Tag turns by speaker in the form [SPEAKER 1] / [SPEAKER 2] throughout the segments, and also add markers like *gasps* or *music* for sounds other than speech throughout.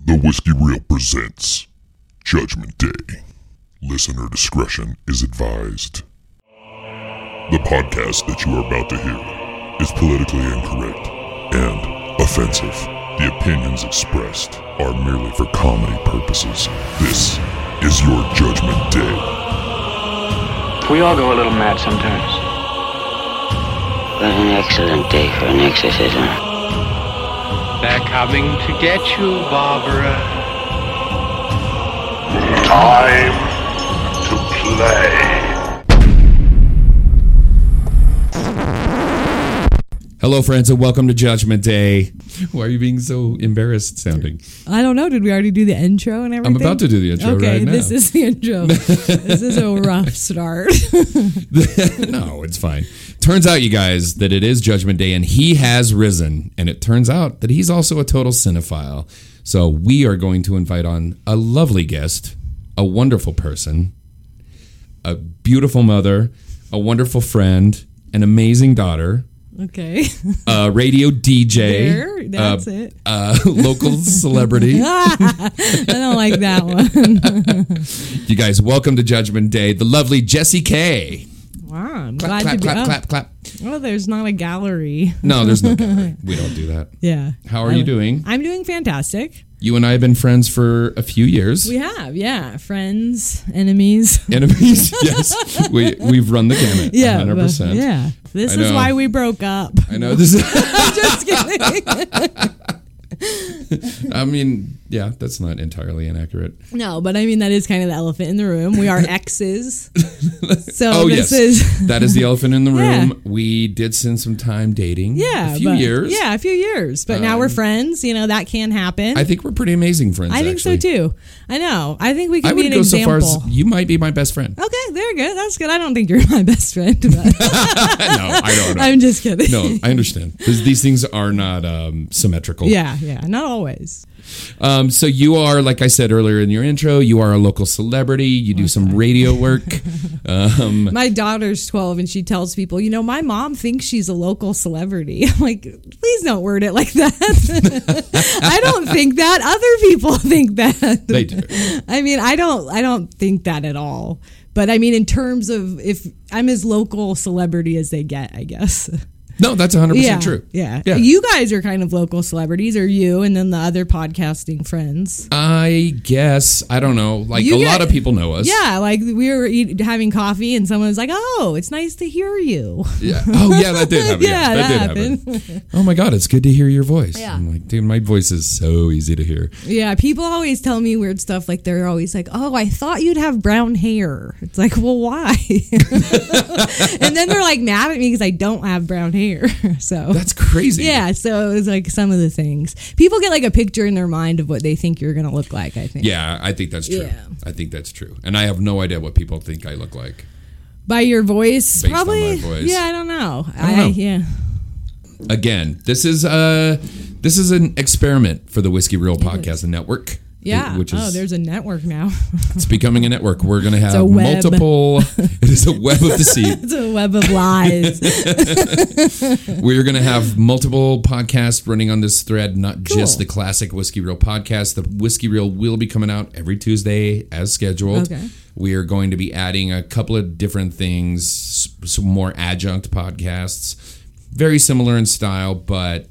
[SPEAKER 1] The Whiskey Reel presents Judgment Day. Listener discretion is advised. The podcast that you are about to hear is politically incorrect and offensive. The opinions expressed are merely for comedy purposes. This is your Judgment Day.
[SPEAKER 2] We all go a little mad sometimes.
[SPEAKER 3] What an excellent day for an exorcism.
[SPEAKER 2] They're coming to get you, Barbara.
[SPEAKER 4] Time to play.
[SPEAKER 5] Hello, friends, and welcome to Judgment Day. Why are you being so embarrassed sounding?
[SPEAKER 6] I don't know. Did we already do the intro and everything?
[SPEAKER 5] about to do the intro
[SPEAKER 6] Okay,
[SPEAKER 5] right now.
[SPEAKER 6] this is the
[SPEAKER 5] *laughs*
[SPEAKER 6] intro. this is a rough start.
[SPEAKER 5] *laughs*
[SPEAKER 6] *laughs*
[SPEAKER 5] no, it's fine. Turns out, you guys, that it is Judgment Day, and he has risen. And it turns out that he's also a total cinephile. So we are going to invite on a lovely guest, a wonderful person, a beautiful mother, a wonderful friend, an amazing daughter,
[SPEAKER 6] okay,
[SPEAKER 5] a radio DJ,
[SPEAKER 6] there, that's
[SPEAKER 5] a,
[SPEAKER 6] it.
[SPEAKER 5] a *laughs* local *laughs* celebrity.
[SPEAKER 6] *laughs* I don't like that
[SPEAKER 5] *laughs*
[SPEAKER 6] one.
[SPEAKER 5] You guys, welcome to Judgment Day. The lovely Jessie K.
[SPEAKER 6] Wow, I'm
[SPEAKER 5] Clap,
[SPEAKER 6] glad
[SPEAKER 5] clap,
[SPEAKER 6] to be.
[SPEAKER 5] clap,
[SPEAKER 6] oh,
[SPEAKER 5] clap, clap.
[SPEAKER 6] oh, there's not a gallery.
[SPEAKER 5] No, there's
[SPEAKER 6] *laughs*
[SPEAKER 5] no gallery. We don't do that.
[SPEAKER 6] Yeah.
[SPEAKER 5] How are you
[SPEAKER 6] I'm-
[SPEAKER 5] doing?
[SPEAKER 6] I'm doing fantastic.
[SPEAKER 5] You and I have been friends for a few years.
[SPEAKER 6] We have, yeah, friends, enemies. *laughs*
[SPEAKER 5] Enemies, *laughs* yes. We we've run the gamut.
[SPEAKER 6] Yeah,
[SPEAKER 5] hundred
[SPEAKER 6] but-
[SPEAKER 5] percent.
[SPEAKER 6] yeah. This
[SPEAKER 5] I
[SPEAKER 6] is
[SPEAKER 5] know.
[SPEAKER 6] why we broke up. *laughs*
[SPEAKER 5] I know this.
[SPEAKER 6] I'm just kidding. *laughs*
[SPEAKER 5] I mean, yeah, that's not entirely inaccurate.
[SPEAKER 6] no, but I mean that is kind of the elephant in the room. We
[SPEAKER 5] *laughs*
[SPEAKER 6] are exes. So
[SPEAKER 5] oh
[SPEAKER 6] this
[SPEAKER 5] yes,
[SPEAKER 6] is *laughs*
[SPEAKER 5] that is the elephant in the
[SPEAKER 6] Yeah.
[SPEAKER 5] room. We did spend some time dating.
[SPEAKER 6] Yeah,
[SPEAKER 5] a few
[SPEAKER 6] but-
[SPEAKER 5] years. Um,
[SPEAKER 6] Yeah, a few years. But now we're friends. You know that can happen.
[SPEAKER 5] I think we're pretty amazing friends.
[SPEAKER 6] I think
[SPEAKER 5] actually.
[SPEAKER 6] so too. I know. I think we can
[SPEAKER 5] I
[SPEAKER 6] be
[SPEAKER 5] would
[SPEAKER 6] an
[SPEAKER 5] go
[SPEAKER 6] example.
[SPEAKER 5] so far as you might be my best friend. *laughs*
[SPEAKER 6] okay, there you go. That's good. I don't think you're *laughs* my best friend, but
[SPEAKER 5] no, I don't. know.
[SPEAKER 6] *laughs* I'm just kidding.
[SPEAKER 5] no, I understand. 'Cause These things are not um, symmetrical.
[SPEAKER 6] Yeah, yeah. Not always.
[SPEAKER 5] Um, so you are, like I said earlier in your intro, you are a local celebrity. You do some radio work.
[SPEAKER 6] *laughs*
[SPEAKER 5] um,
[SPEAKER 6] My daughter's 12 and she tells people, you know, my mom thinks she's a local celebrity. *laughs* I'm like, please don't word it like that. *laughs* I don't think that. Other people *laughs* think that.
[SPEAKER 5] they do.
[SPEAKER 6] I mean, I don't I don't think that at all. But I mean in terms of if I'm as local celebrity as they get, I guess.
[SPEAKER 5] No, that's 100%
[SPEAKER 6] yeah.
[SPEAKER 5] true.
[SPEAKER 6] Yeah.
[SPEAKER 5] Yeah.
[SPEAKER 6] You guys are kind of local celebrities, or you and then the other podcasting friends.
[SPEAKER 5] I guess, I don't know. Like
[SPEAKER 6] You
[SPEAKER 5] a
[SPEAKER 6] get-
[SPEAKER 5] lot of people know us.
[SPEAKER 6] Yeah, like we were eat, having coffee, and someone was like, "Oh, it's nice to hear you." *laughs*
[SPEAKER 5] Yeah. Oh, yeah, that did happen. yeah,
[SPEAKER 6] Yeah,
[SPEAKER 5] that,
[SPEAKER 6] that
[SPEAKER 5] did happen. Oh my God, it's good to hear your voice.
[SPEAKER 6] Yeah.
[SPEAKER 5] I'm like, dude, my voice is so easy to hear.
[SPEAKER 6] *laughs* Yeah, people always tell me weird stuff. Like they're always like, "Oh, I thought you'd have brown hair." It's like, well, why? *laughs* and then they're like mad at me because I don't have brown hair. *laughs* So
[SPEAKER 5] That's crazy.
[SPEAKER 6] yeah, so it was like some of the things people get like a picture in their mind of what they think you're gonna look like. I think.
[SPEAKER 5] Yeah, I think that's true.
[SPEAKER 6] Yeah.
[SPEAKER 5] I think that's true. And I have no idea what people think I look like.
[SPEAKER 6] By your voice,
[SPEAKER 5] Based on my
[SPEAKER 6] probably.
[SPEAKER 5] voice.
[SPEAKER 6] Yeah, I don't know. I,
[SPEAKER 5] know.
[SPEAKER 6] yeah.
[SPEAKER 5] again, this is uh this is an experiment for the Whiskey Reel Podcast and Network.
[SPEAKER 6] Yeah.
[SPEAKER 5] which is
[SPEAKER 6] oh, there's a network now. *laughs*
[SPEAKER 5] it's becoming a network. We're gonna have
[SPEAKER 6] a web. *laughs*
[SPEAKER 5] multiple. it is a web of deceit.
[SPEAKER 6] it's a web
[SPEAKER 5] *laughs*
[SPEAKER 6] of lies.
[SPEAKER 5] We're gonna have multiple podcasts running on this thread, not just
[SPEAKER 6] Cool.
[SPEAKER 5] the classic Whiskey Reel podcast. The Whiskey Reel will be coming out every Tuesday as scheduled.
[SPEAKER 6] Okay.
[SPEAKER 5] We are going to be adding a couple of different things, s- some more adjunct podcasts, very similar in style, but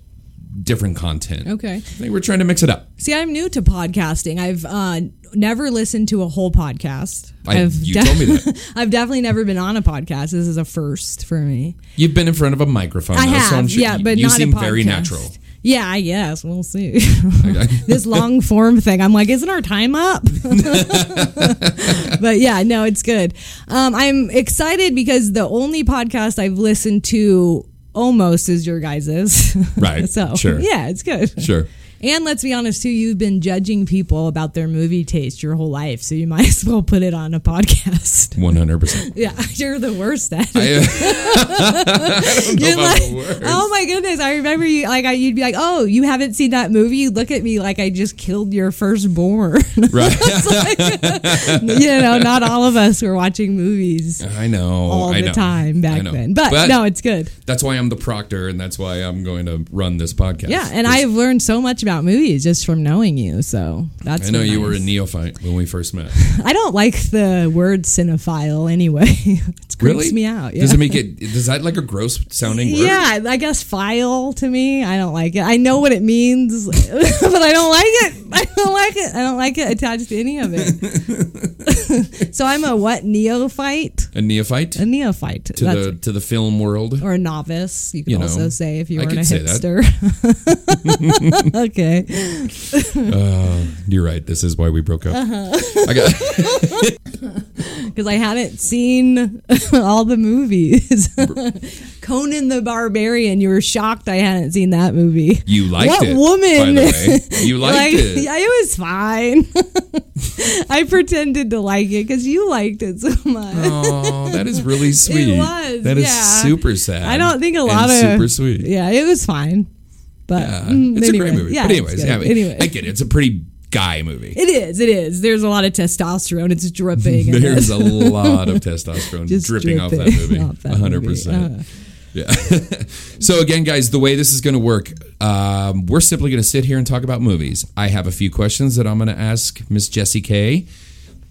[SPEAKER 5] different content.
[SPEAKER 6] okay.
[SPEAKER 5] I think we're trying to mix it up.
[SPEAKER 6] See, I'm new to podcasting. I've uh, never listened to a whole podcast.
[SPEAKER 5] I-
[SPEAKER 6] I've
[SPEAKER 5] you told me that.
[SPEAKER 6] *laughs* I've definitely never been on a podcast. This is a first for me.
[SPEAKER 5] You've been in front of a microphone.
[SPEAKER 6] I
[SPEAKER 5] though,
[SPEAKER 6] have,
[SPEAKER 5] so I'm sure
[SPEAKER 6] yeah,
[SPEAKER 5] you-
[SPEAKER 6] but
[SPEAKER 5] you
[SPEAKER 6] not
[SPEAKER 5] seem
[SPEAKER 6] a podcast.
[SPEAKER 5] very natural.
[SPEAKER 6] Yeah, I guess we'll see.
[SPEAKER 5] Okay.
[SPEAKER 6] *laughs*
[SPEAKER 5] *laughs*
[SPEAKER 6] this long form thing, I'm like, isn't our time up? but yeah, no, it's good. Um, I'm excited because the only podcast I've listened to almost is your *laughs* guys's.
[SPEAKER 5] Right,
[SPEAKER 6] so
[SPEAKER 5] sure.
[SPEAKER 6] yeah, it's good.
[SPEAKER 5] Sure.
[SPEAKER 6] And let's be honest too, you've been judging people about their movie taste your whole life, so you might *laughs* as well put it on a podcast. *laughs*
[SPEAKER 5] 100%.
[SPEAKER 6] Yeah, you're the worst at it.
[SPEAKER 5] I, uh,
[SPEAKER 6] You're
[SPEAKER 5] know about the
[SPEAKER 6] like,
[SPEAKER 5] worst.
[SPEAKER 6] oh my goodness! I remember you like I, you'd be like, oh, you haven't seen that movie? You look at me like I just killed your firstborn. *laughs*
[SPEAKER 5] right.
[SPEAKER 6] you know, not all of us were watching movies
[SPEAKER 5] I know.
[SPEAKER 6] all
[SPEAKER 5] Oh, I
[SPEAKER 6] the
[SPEAKER 5] know.
[SPEAKER 6] time
[SPEAKER 5] I
[SPEAKER 6] back
[SPEAKER 5] know.
[SPEAKER 6] then, but, no, it's good.
[SPEAKER 5] that's why I'm the proctor, and that's why I'm going to run this podcast.
[SPEAKER 6] Yeah, and
[SPEAKER 5] It's-
[SPEAKER 6] I've learned so much about about movies just from knowing you. So that's
[SPEAKER 5] I know
[SPEAKER 6] been
[SPEAKER 5] you were a
[SPEAKER 6] nice.
[SPEAKER 5] neophyte when we first met.
[SPEAKER 6] I don't like the word cinephile anyway. *laughs* it creeps me out. Yeah.
[SPEAKER 5] Does it
[SPEAKER 6] *laughs*
[SPEAKER 5] make it? Does that like a gross sounding word?
[SPEAKER 6] Yeah, I guess file to me. I don't like it. I know what it means, *laughs* but I don't like it. I don't like it. I don't like it attached to any of it.
[SPEAKER 5] *laughs*
[SPEAKER 6] so I'm a what neophyte?
[SPEAKER 5] A neophyte
[SPEAKER 6] A neophyte.
[SPEAKER 5] to
[SPEAKER 6] That's-
[SPEAKER 5] the to the film world.
[SPEAKER 6] or a novice. You can
[SPEAKER 5] You know,
[SPEAKER 6] also say if you
[SPEAKER 5] I
[SPEAKER 6] weren't a
[SPEAKER 5] could say that.
[SPEAKER 6] hipster. *laughs* okay.
[SPEAKER 5] You're right. This is why we broke up.
[SPEAKER 6] Uh-huh.
[SPEAKER 5] I got
[SPEAKER 6] Because I haven't seen *laughs* all the movies. *laughs* Conan the Barbarian. You were shocked I hadn't seen that movie. *laughs*
[SPEAKER 5] you liked
[SPEAKER 6] What
[SPEAKER 5] it. By
[SPEAKER 6] woman?
[SPEAKER 5] the
[SPEAKER 6] *laughs*
[SPEAKER 5] way. You liked
[SPEAKER 6] like,
[SPEAKER 5] it.
[SPEAKER 6] Yeah, it was fine. *laughs* I pretended to like it because you liked it so much.
[SPEAKER 5] Oh, that is really sweet.
[SPEAKER 6] was,
[SPEAKER 5] That is
[SPEAKER 6] yeah.
[SPEAKER 5] super sad.
[SPEAKER 6] I don't think a
[SPEAKER 5] and
[SPEAKER 6] lot of
[SPEAKER 5] super sweet.
[SPEAKER 6] Yeah, it was fine. But
[SPEAKER 5] Uh,
[SPEAKER 6] mm,
[SPEAKER 5] it's a
[SPEAKER 6] anyway.
[SPEAKER 5] great movie.
[SPEAKER 6] Yeah,
[SPEAKER 5] but
[SPEAKER 6] it's
[SPEAKER 5] anyways,
[SPEAKER 6] good.
[SPEAKER 5] yeah, I mean,
[SPEAKER 6] anyway.
[SPEAKER 5] I get it. It's a pretty guy movie.
[SPEAKER 6] It is. It is. There's a lot of testosterone. It's dripping.
[SPEAKER 5] *laughs*
[SPEAKER 6] in
[SPEAKER 5] There's
[SPEAKER 6] *laughs*
[SPEAKER 5] a
[SPEAKER 6] it.
[SPEAKER 5] lot of testosterone
[SPEAKER 6] Just
[SPEAKER 5] dripping, off that
[SPEAKER 6] dripping
[SPEAKER 5] movie.
[SPEAKER 6] *laughs* off that
[SPEAKER 5] 100%.
[SPEAKER 6] movie. Uh.
[SPEAKER 5] Yeah. *laughs* so again, guys, the way this is going to work, um, we're simply going to sit here and talk about movies. I have a few questions that I'm going to ask Miss Jessie K.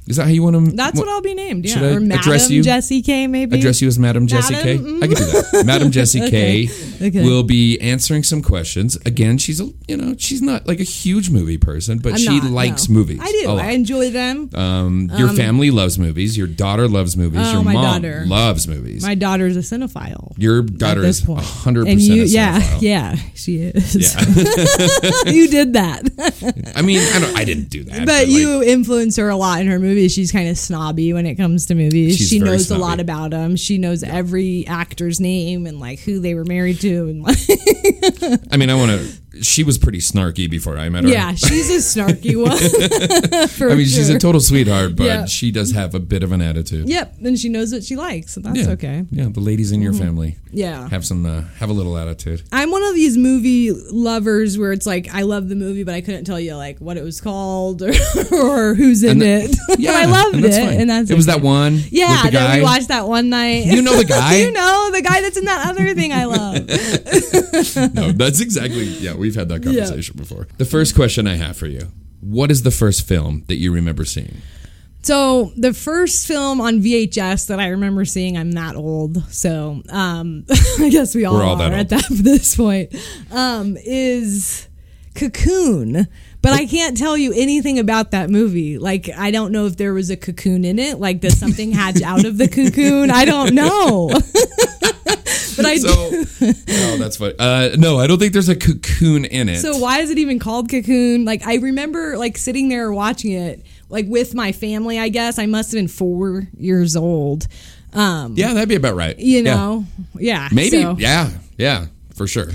[SPEAKER 5] Is that how you want to?
[SPEAKER 6] That's what I'll be named. Yeah.
[SPEAKER 5] should I
[SPEAKER 6] or Madam
[SPEAKER 5] address you?
[SPEAKER 6] Jessie K. Maybe
[SPEAKER 5] address you as Madam Jessie K. I
[SPEAKER 6] Madam?
[SPEAKER 5] can do that. Madam Jessie
[SPEAKER 6] *laughs* Okay.
[SPEAKER 5] K
[SPEAKER 6] Okay.
[SPEAKER 5] will be answering some questions. Again, she's a you know she's not like a huge movie person, but
[SPEAKER 6] I'm
[SPEAKER 5] she
[SPEAKER 6] not,
[SPEAKER 5] likes
[SPEAKER 6] no.
[SPEAKER 5] movies.
[SPEAKER 6] I do.
[SPEAKER 5] a lot.
[SPEAKER 6] I enjoy them.
[SPEAKER 5] um, your family loves movies. Your daughter loves movies.
[SPEAKER 6] Oh,
[SPEAKER 5] your
[SPEAKER 6] my
[SPEAKER 5] mom
[SPEAKER 6] daughter.
[SPEAKER 5] loves movies.
[SPEAKER 6] My daughter's a cinephile.
[SPEAKER 5] your
[SPEAKER 6] At
[SPEAKER 5] daughter
[SPEAKER 6] this
[SPEAKER 5] is
[SPEAKER 6] point,
[SPEAKER 5] hundred
[SPEAKER 6] And
[SPEAKER 5] percent.
[SPEAKER 6] you, yeah, *laughs* yeah, she is. *laughs* you did that,
[SPEAKER 5] *laughs* I mean, I don't. I didn't do that. But,
[SPEAKER 6] *laughs* but
[SPEAKER 5] like,
[SPEAKER 6] you influence her a lot in her movies. She's kind of snobby when it comes to movies.
[SPEAKER 5] She's
[SPEAKER 6] she
[SPEAKER 5] very
[SPEAKER 6] knows
[SPEAKER 5] snobby.
[SPEAKER 6] a lot about them. She knows every actor's name and like who they were married to, and like
[SPEAKER 5] I mean, I want to. She was pretty snarky before I met her.
[SPEAKER 6] yeah, she's
[SPEAKER 5] *laughs*
[SPEAKER 6] a snarky one. *laughs* for
[SPEAKER 5] I mean, she's
[SPEAKER 6] sure.
[SPEAKER 5] a total sweetheart, but
[SPEAKER 6] Yeah.
[SPEAKER 5] she does have a bit of an attitude.
[SPEAKER 6] Yep, and she knows what she likes, so that's
[SPEAKER 5] Yeah.
[SPEAKER 6] okay. Mm-hmm.
[SPEAKER 5] Yeah, the ladies in your family
[SPEAKER 6] Yeah.
[SPEAKER 5] have some uh, have a little attitude.
[SPEAKER 6] I'm one of these movie lovers where it's like I love the movie, but I couldn't tell you like what it was called *laughs* or, or who's
[SPEAKER 5] And
[SPEAKER 6] in
[SPEAKER 5] the-
[SPEAKER 6] it. *laughs* But I loved
[SPEAKER 5] and
[SPEAKER 6] it,
[SPEAKER 5] that's fine.
[SPEAKER 6] and that's
[SPEAKER 5] it was that one. with
[SPEAKER 6] yeah
[SPEAKER 5] the
[SPEAKER 6] that
[SPEAKER 5] guy.
[SPEAKER 6] we watched that one night.
[SPEAKER 5] You
[SPEAKER 6] *laughs*
[SPEAKER 5] know the guy?
[SPEAKER 6] you know the guy that's in that other thing I love.
[SPEAKER 5] No, that's exactly. Yeah, we've had that conversation before. The first question I have for you: What is the first film that you remember
[SPEAKER 6] *laughs*
[SPEAKER 5] seeing?
[SPEAKER 6] So the first film on VHS that I remember seeing, I'm that old, so um, *laughs* I guess we all,
[SPEAKER 5] We're all
[SPEAKER 6] are
[SPEAKER 5] that
[SPEAKER 6] at that *laughs* this point, um, is Cocoon. But I can't tell you anything about that movie. Like I don't know if there was a cocoon in it. Like does something hatch out of the cocoon? I don't know. *laughs* but I
[SPEAKER 5] So, oh, that's funny. Uh, no, I don't think there's a cocoon in it.
[SPEAKER 6] So why is it even called Cocoon? Like I remember like sitting there watching it like with my family, I guess. I must have been 4 years old. Um
[SPEAKER 5] Yeah, that'd be about right.
[SPEAKER 6] you
[SPEAKER 5] Yeah.
[SPEAKER 6] know. Yeah.
[SPEAKER 5] Maybe.
[SPEAKER 6] so,
[SPEAKER 5] Yeah. Yeah. For sure.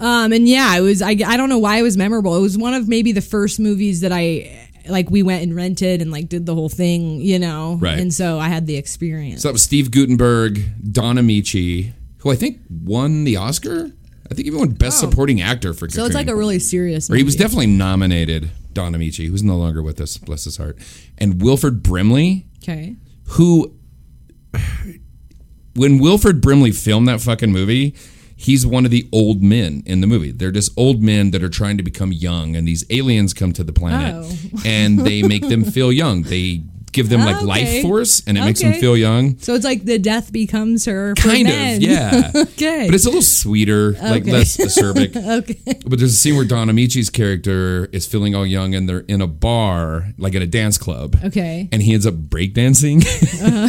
[SPEAKER 6] Um and yeah, it was I I don't know why it was memorable. It was one of maybe the first movies that I like we went and rented and like did the whole thing, you know.
[SPEAKER 5] Right.
[SPEAKER 6] And so I had the experience.
[SPEAKER 5] So that was Steve Gutenberg, Don Amici, who I think won the Oscar. I think he won Best Supporting Actor for.
[SPEAKER 6] So it's like a really serious
[SPEAKER 5] Or
[SPEAKER 6] movie.
[SPEAKER 5] he was definitely nominated. Don Amici, who's no longer with us, bless his heart, and Wilford Brimley,
[SPEAKER 6] Okay.
[SPEAKER 5] who, when Wilford Brimley filmed that fucking movie, he's one of the old men in the movie. They're just old men that are trying to become young, and these aliens come to the planet
[SPEAKER 6] Oh.
[SPEAKER 5] and they make them feel young. They give them like
[SPEAKER 6] Okay.
[SPEAKER 5] life force, and it makes them
[SPEAKER 6] Okay.
[SPEAKER 5] feel young.
[SPEAKER 6] So it's like the death becomes her for
[SPEAKER 5] Kind
[SPEAKER 6] men.
[SPEAKER 5] of, yeah.
[SPEAKER 6] *laughs* okay.
[SPEAKER 5] But it's a little sweeter, like
[SPEAKER 6] Okay.
[SPEAKER 5] less
[SPEAKER 6] *laughs*
[SPEAKER 5] acerbic. *laughs*
[SPEAKER 6] okay.
[SPEAKER 5] But there's a scene where Don Amici's character is feeling all young and they're in a bar, like at a dance club.
[SPEAKER 6] Okay.
[SPEAKER 5] And he ends up breakdancing.
[SPEAKER 6] Uh-huh.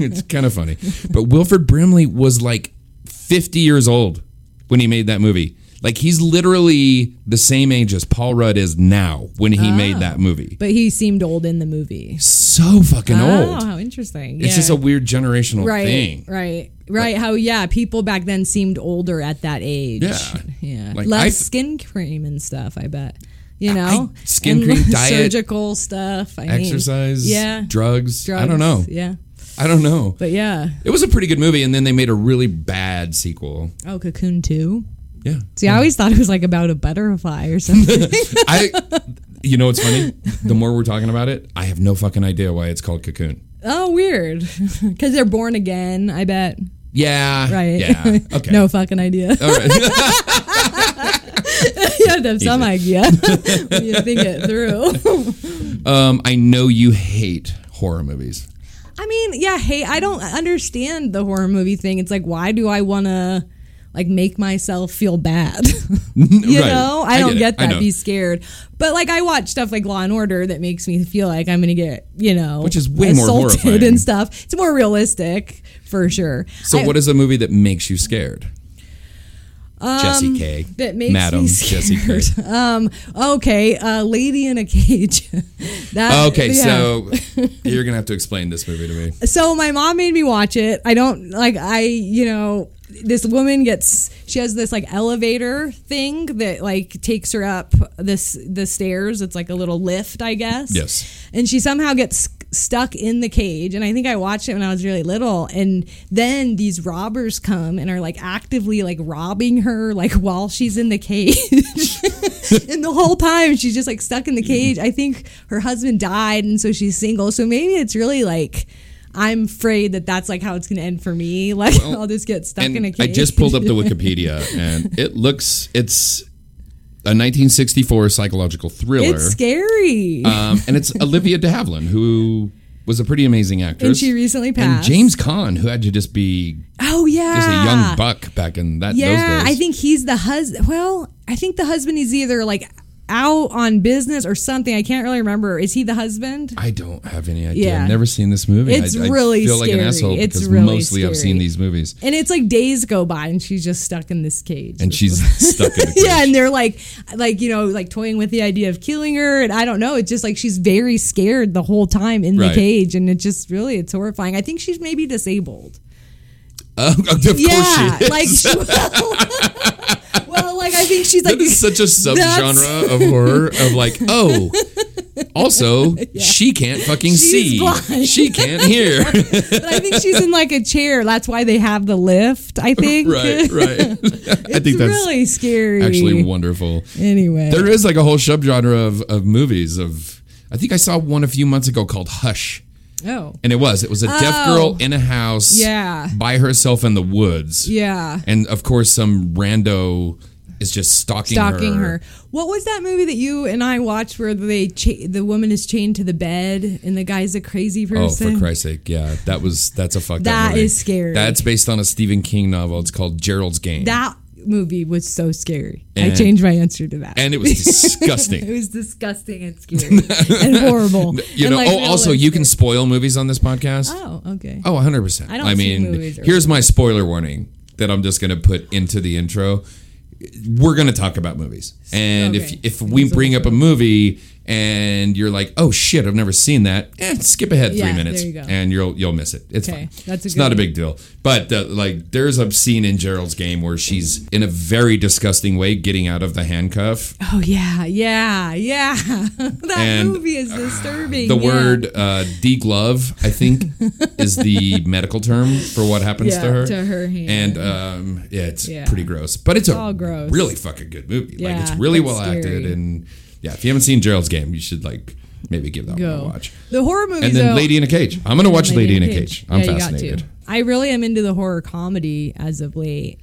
[SPEAKER 5] *laughs* it's kind of funny. But Wilfred Brimley was like 50 years old when he made that movie. Like he's literally the same age as Paul Rudd is now when he made
[SPEAKER 6] Oh.
[SPEAKER 5] that movie.
[SPEAKER 6] But he seemed old in the movie.
[SPEAKER 5] So fucking
[SPEAKER 6] Oh,
[SPEAKER 5] old.
[SPEAKER 6] how interesting.
[SPEAKER 5] It's
[SPEAKER 6] Yeah.
[SPEAKER 5] just a weird generational
[SPEAKER 6] right,
[SPEAKER 5] thing.
[SPEAKER 6] right, right. How yeah, people back then seemed older at that age.
[SPEAKER 5] Yeah.
[SPEAKER 6] yeah.
[SPEAKER 5] Like,
[SPEAKER 6] Less
[SPEAKER 5] I-
[SPEAKER 6] skin cream and stuff. I bet you know
[SPEAKER 5] skin
[SPEAKER 6] And *laughs*
[SPEAKER 5] cream,
[SPEAKER 6] less
[SPEAKER 5] diet,
[SPEAKER 6] surgical stuff, I mean,
[SPEAKER 5] Exercise,
[SPEAKER 6] yeah,
[SPEAKER 5] drugs.
[SPEAKER 6] drugs.
[SPEAKER 5] I don't know.
[SPEAKER 6] Yeah,
[SPEAKER 5] I don't know.
[SPEAKER 6] but yeah.
[SPEAKER 5] It was a pretty good movie, and then they made a really bad sequel.
[SPEAKER 6] Oh, Cocoon Two.
[SPEAKER 5] Yeah,
[SPEAKER 6] See, I always thought it was like about a butterfly
[SPEAKER 5] *laughs*
[SPEAKER 6] or something. *laughs*
[SPEAKER 5] I. You know what's funny? The more we're talking about it, I have no fucking idea why it's called Cocoon.
[SPEAKER 6] oh, weird. *laughs* Because they're born again. I bet.
[SPEAKER 5] Yeah.
[SPEAKER 6] Right. *laughs*
[SPEAKER 5] Yeah. Okay. Oh,
[SPEAKER 6] no fucking idea.
[SPEAKER 5] All right.
[SPEAKER 6] should have some *laughs* idea when you think it
[SPEAKER 5] *laughs*
[SPEAKER 6] through.
[SPEAKER 5] *laughs* Um, I know you hate horror movies. *laughs*
[SPEAKER 6] I mean, yeah, hey, I don't understand the horror movie thing. It's like, why do I want to like make myself feel bad? *laughs* you
[SPEAKER 5] Right.
[SPEAKER 6] know, I,
[SPEAKER 5] I
[SPEAKER 6] don't
[SPEAKER 5] get it.
[SPEAKER 6] get
[SPEAKER 5] I
[SPEAKER 6] that.
[SPEAKER 5] know.
[SPEAKER 6] Be scared, but like I watch stuff like Law and Order that makes me feel like I'm gonna get you know,
[SPEAKER 5] Which is way more
[SPEAKER 6] assaulted
[SPEAKER 5] horrifying.
[SPEAKER 6] and stuff. It's more realistic for sure.
[SPEAKER 5] So,
[SPEAKER 6] I-
[SPEAKER 5] what is a movie that makes you scared? Jesse K.
[SPEAKER 6] Um, that makes
[SPEAKER 5] Madam
[SPEAKER 6] me
[SPEAKER 5] Jesse K.
[SPEAKER 6] *laughs* scared. *laughs* Um, okay, uh, Lady in a Cage. *laughs* that,
[SPEAKER 5] Okay,
[SPEAKER 6] yeah.
[SPEAKER 5] so *laughs* you're gonna have to explain this movie to me.
[SPEAKER 6] so my mom made me watch it. I don't like I, you know, this woman gets she has this like elevator thing that like takes her up this the stairs. It's like a little lift, I guess.
[SPEAKER 5] Yes.
[SPEAKER 6] And she somehow gets stuck in the cage and I think I watched it when I was really little and then these robbers come and are like actively like robbing her like while she's in the cage *laughs* and the whole time she's just like stuck in the cage
[SPEAKER 5] Mm-hmm.
[SPEAKER 6] I think her husband died and so she's single so maybe it's really like I'm afraid that that's like how it's gonna end for me *laughs* like I'll just get stuck in a
[SPEAKER 5] And I
[SPEAKER 6] cage
[SPEAKER 5] just pulled
[SPEAKER 6] *laughs*
[SPEAKER 5] up the Wikipedia, and it looks it's a 1964 psychological thriller,
[SPEAKER 6] it's scary
[SPEAKER 5] um, and it's Olivia De Havilland who was a pretty amazing actress,
[SPEAKER 6] And she recently
[SPEAKER 5] And
[SPEAKER 6] passed.
[SPEAKER 5] James Caan, who had to just be
[SPEAKER 6] oh yeah
[SPEAKER 5] just a young buck back in that those
[SPEAKER 6] Yeah,
[SPEAKER 5] days.
[SPEAKER 6] I think he's the husband. Well, I think the husband is either like out on business or something. I can't really remember. Is he the husband?
[SPEAKER 5] I don't have any idea.
[SPEAKER 6] Yeah.
[SPEAKER 5] I've never seen this movie.
[SPEAKER 6] It's
[SPEAKER 5] I, I
[SPEAKER 6] really
[SPEAKER 5] feel like an
[SPEAKER 6] scary.
[SPEAKER 5] asshole
[SPEAKER 6] It's
[SPEAKER 5] because
[SPEAKER 6] really
[SPEAKER 5] mostly I've
[SPEAKER 6] scary.
[SPEAKER 5] seen these movies,
[SPEAKER 6] And it's like days go by and she's just stuck in this cage.
[SPEAKER 5] and she's
[SPEAKER 6] *laughs*
[SPEAKER 5] stuck in. A cage.
[SPEAKER 6] yeah, and they're like, like you know, like toying with the idea of killing her, and I don't know. It's just like she's very scared the whole time in
[SPEAKER 5] Right.
[SPEAKER 6] the cage, and it's just really it's horrifying. I think she's maybe disabled.
[SPEAKER 5] Uh, of course
[SPEAKER 6] yeah,
[SPEAKER 5] she is.
[SPEAKER 6] like she- *laughs* well, like I think she's like
[SPEAKER 5] that is such a
[SPEAKER 6] *laughs* that's-
[SPEAKER 5] subgenre of horror of
[SPEAKER 6] *laughs*
[SPEAKER 5] like oh also she can't fucking
[SPEAKER 6] She's
[SPEAKER 5] see
[SPEAKER 6] blind.
[SPEAKER 5] she can't
[SPEAKER 6] *laughs*
[SPEAKER 5] hear
[SPEAKER 6] But I think she's in like a chair. That's why they have the lift. I
[SPEAKER 5] *laughs* *laughs*
[SPEAKER 6] think.
[SPEAKER 5] right right *laughs* i
[SPEAKER 6] *laughs* It's
[SPEAKER 5] think that's
[SPEAKER 6] really scary.
[SPEAKER 5] actually wonderful
[SPEAKER 6] anyway,
[SPEAKER 5] there is like a whole subgenre of, of movies of i think i saw one a few months ago called hush
[SPEAKER 6] oh
[SPEAKER 5] and it was it was a deaf
[SPEAKER 6] Oh.
[SPEAKER 5] girl in a house
[SPEAKER 6] Yeah.
[SPEAKER 5] by herself in the woods
[SPEAKER 6] yeah,
[SPEAKER 5] and of course some rando is just stalking,
[SPEAKER 6] stalking her. What was that movie that you and I watched where they cha- the woman is chained to the bed and the guy's a crazy
[SPEAKER 5] Oh,
[SPEAKER 6] person?
[SPEAKER 5] for Christ's sake! Yeah, that was that's a fucked up.
[SPEAKER 6] That
[SPEAKER 5] movie.
[SPEAKER 6] is scary.
[SPEAKER 5] That's based on a Stephen King novel. It's called Gerald's Game.
[SPEAKER 6] That movie was so scary. I
[SPEAKER 5] And-
[SPEAKER 6] changed my answer to that.
[SPEAKER 5] and it was
[SPEAKER 6] *laughs*
[SPEAKER 5] disgusting.
[SPEAKER 6] it was
[SPEAKER 5] *laughs*
[SPEAKER 6] disgusting and scary and horrible.
[SPEAKER 5] you know.
[SPEAKER 6] And, like,
[SPEAKER 5] oh, also, you can
[SPEAKER 6] realistic.
[SPEAKER 5] spoil movies on this podcast.
[SPEAKER 6] Oh, okay.
[SPEAKER 5] Oh, 100 percent.
[SPEAKER 6] I don't see
[SPEAKER 5] mean,
[SPEAKER 6] movies or-
[SPEAKER 5] here's my spoiler warning that I'm just going to put into the intro. We're going to talk about movies, and
[SPEAKER 6] Okay.
[SPEAKER 5] if if we bring up a movie and you're like, oh shit, I've never seen that, eh, skip ahead
[SPEAKER 6] Yeah,
[SPEAKER 5] three minutes,
[SPEAKER 6] there you go.
[SPEAKER 5] and you'll you'll miss it. It's
[SPEAKER 6] Okay,
[SPEAKER 5] fine.
[SPEAKER 6] that's a
[SPEAKER 5] it's
[SPEAKER 6] good
[SPEAKER 5] not a
[SPEAKER 6] one.
[SPEAKER 5] big deal. But uh, like, there's a scene in Gerald's game where she's in a very disgusting way getting out of the handcuff.
[SPEAKER 6] Oh yeah, yeah, yeah. *laughs* that
[SPEAKER 5] And,
[SPEAKER 6] movie is disturbing.
[SPEAKER 5] The
[SPEAKER 6] yeah.
[SPEAKER 5] word uh, deglove, I think, is the
[SPEAKER 6] *laughs*
[SPEAKER 5] medical term for what happens to
[SPEAKER 6] Yeah,
[SPEAKER 5] her.
[SPEAKER 6] to her hand.
[SPEAKER 5] And um, yeah, it's
[SPEAKER 6] Yeah.
[SPEAKER 5] pretty gross, but it's, a
[SPEAKER 6] all Oh, gross.
[SPEAKER 5] really fucking good movie. like it's
[SPEAKER 6] Yeah,
[SPEAKER 5] really
[SPEAKER 6] but
[SPEAKER 5] well acted,
[SPEAKER 6] scary.
[SPEAKER 5] and yeah, if you haven't seen Gerald's Game, you should like maybe give that one
[SPEAKER 6] go
[SPEAKER 5] a watch.
[SPEAKER 6] The horror movies.
[SPEAKER 5] And then
[SPEAKER 6] though,
[SPEAKER 5] Lady in a Cage. I'm gonna watch Lady, in a Cage. I'm
[SPEAKER 6] Yeah, you got to.
[SPEAKER 5] fascinated.
[SPEAKER 6] I really am into the horror comedy as of late.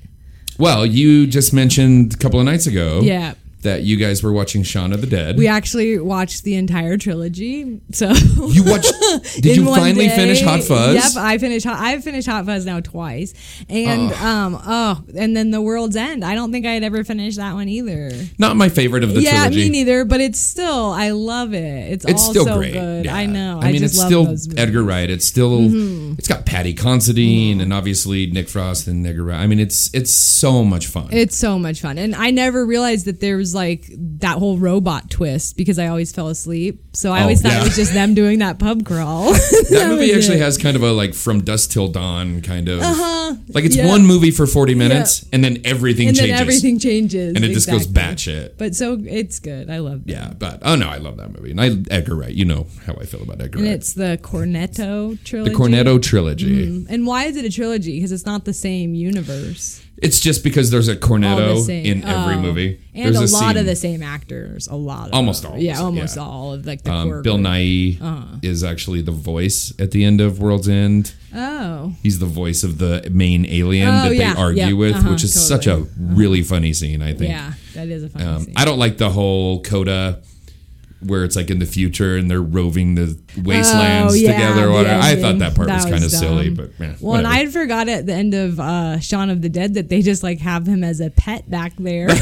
[SPEAKER 5] Well, you just mentioned a couple of nights ago,
[SPEAKER 6] Yeah.
[SPEAKER 5] that you guys were watching Shaun of the Dead.
[SPEAKER 6] We actually watched the entire trilogy. So
[SPEAKER 5] you
[SPEAKER 6] *laughs*
[SPEAKER 5] watched? Did
[SPEAKER 6] in
[SPEAKER 5] you
[SPEAKER 6] one
[SPEAKER 5] finally
[SPEAKER 6] day-
[SPEAKER 5] finish Hot Fuzz?
[SPEAKER 6] Yep, I finished. Hot, I've finished Hot Fuzz now twice, and um, oh, and then The World's End. I don't think I had ever finished that one either.
[SPEAKER 5] Not my favorite of the
[SPEAKER 6] yeah,
[SPEAKER 5] trilogy.
[SPEAKER 6] me neither. But it's still, I love it. It's,
[SPEAKER 5] It's
[SPEAKER 6] all
[SPEAKER 5] still
[SPEAKER 6] so
[SPEAKER 5] great.
[SPEAKER 6] good.
[SPEAKER 5] yeah.
[SPEAKER 6] I know.
[SPEAKER 5] I mean,
[SPEAKER 6] just
[SPEAKER 5] it's
[SPEAKER 6] love
[SPEAKER 5] still
[SPEAKER 6] those movies. Mm-hmm.
[SPEAKER 5] Edgar Wright. It's still. It's got Patty Considine and obviously Nick Frost and Edgar Wright. I mean, it's it's so much fun.
[SPEAKER 6] It's so much fun. And I never realized that there was like that whole robot twist because I always fell asleep. So I
[SPEAKER 5] Oh,
[SPEAKER 6] always thought
[SPEAKER 5] yeah.
[SPEAKER 6] it was just them doing that pub crawl.
[SPEAKER 5] *laughs*
[SPEAKER 6] *laughs*
[SPEAKER 5] that movie
[SPEAKER 6] was
[SPEAKER 5] actually
[SPEAKER 6] it.
[SPEAKER 5] has kind of a like from dusk till dawn kind of. Uh-huh. Like it's
[SPEAKER 6] yeah.
[SPEAKER 5] one movie for forty minutes and then everything
[SPEAKER 6] and
[SPEAKER 5] changes
[SPEAKER 6] then everything changes.
[SPEAKER 5] and it just goes
[SPEAKER 6] Exactly.
[SPEAKER 5] batshit.
[SPEAKER 6] But so it's good. I love it.
[SPEAKER 5] Yeah, but oh no, I love that movie. And I Edgar Wright. You know how I feel about Edgar
[SPEAKER 6] And
[SPEAKER 5] Wright.
[SPEAKER 6] it's Mm-hmm. the Cornetto
[SPEAKER 5] the
[SPEAKER 6] trilogy.
[SPEAKER 5] Cornetto trilogy.
[SPEAKER 6] And why is it a trilogy? Because it's not the same universe.
[SPEAKER 5] It's just because there's a
[SPEAKER 6] all the
[SPEAKER 5] cornetto
[SPEAKER 6] same.
[SPEAKER 5] in every
[SPEAKER 6] Oh.
[SPEAKER 5] movie.
[SPEAKER 6] and a,
[SPEAKER 5] There's
[SPEAKER 6] lot of
[SPEAKER 5] scene,
[SPEAKER 6] the same actors. A lot, of
[SPEAKER 5] Almost
[SPEAKER 6] them.
[SPEAKER 5] all,
[SPEAKER 6] yeah, almost
[SPEAKER 5] yeah.
[SPEAKER 6] all of like the core
[SPEAKER 5] Um, Bill
[SPEAKER 6] group.
[SPEAKER 5] Nye
[SPEAKER 6] Uh-huh.
[SPEAKER 5] is actually the voice at the end of World's End.
[SPEAKER 6] Oh,
[SPEAKER 5] He's the voice of the main alien
[SPEAKER 6] Oh,
[SPEAKER 5] that
[SPEAKER 6] yeah,
[SPEAKER 5] they argue
[SPEAKER 6] yeah,
[SPEAKER 5] with,
[SPEAKER 6] uh-huh,
[SPEAKER 5] which is such a
[SPEAKER 6] totally.
[SPEAKER 5] really funny scene. I think.
[SPEAKER 6] yeah, that is a funny
[SPEAKER 5] Um,
[SPEAKER 6] scene.
[SPEAKER 5] I don't like the whole coda where it's like in the future and they're roving the wastelands
[SPEAKER 6] Oh, yeah,
[SPEAKER 5] together. Or
[SPEAKER 6] the
[SPEAKER 5] whatever. I thought
[SPEAKER 6] ending.
[SPEAKER 5] that part
[SPEAKER 6] That
[SPEAKER 5] was,
[SPEAKER 6] was
[SPEAKER 5] kind of silly,
[SPEAKER 6] dumb.
[SPEAKER 5] but yeah,
[SPEAKER 6] Well, and I
[SPEAKER 5] whatever.
[SPEAKER 6] had forgot at the end of uh, Shaun of the Dead that they just like have him as a pet back
[SPEAKER 5] *laughs*
[SPEAKER 6] there. *laughs* I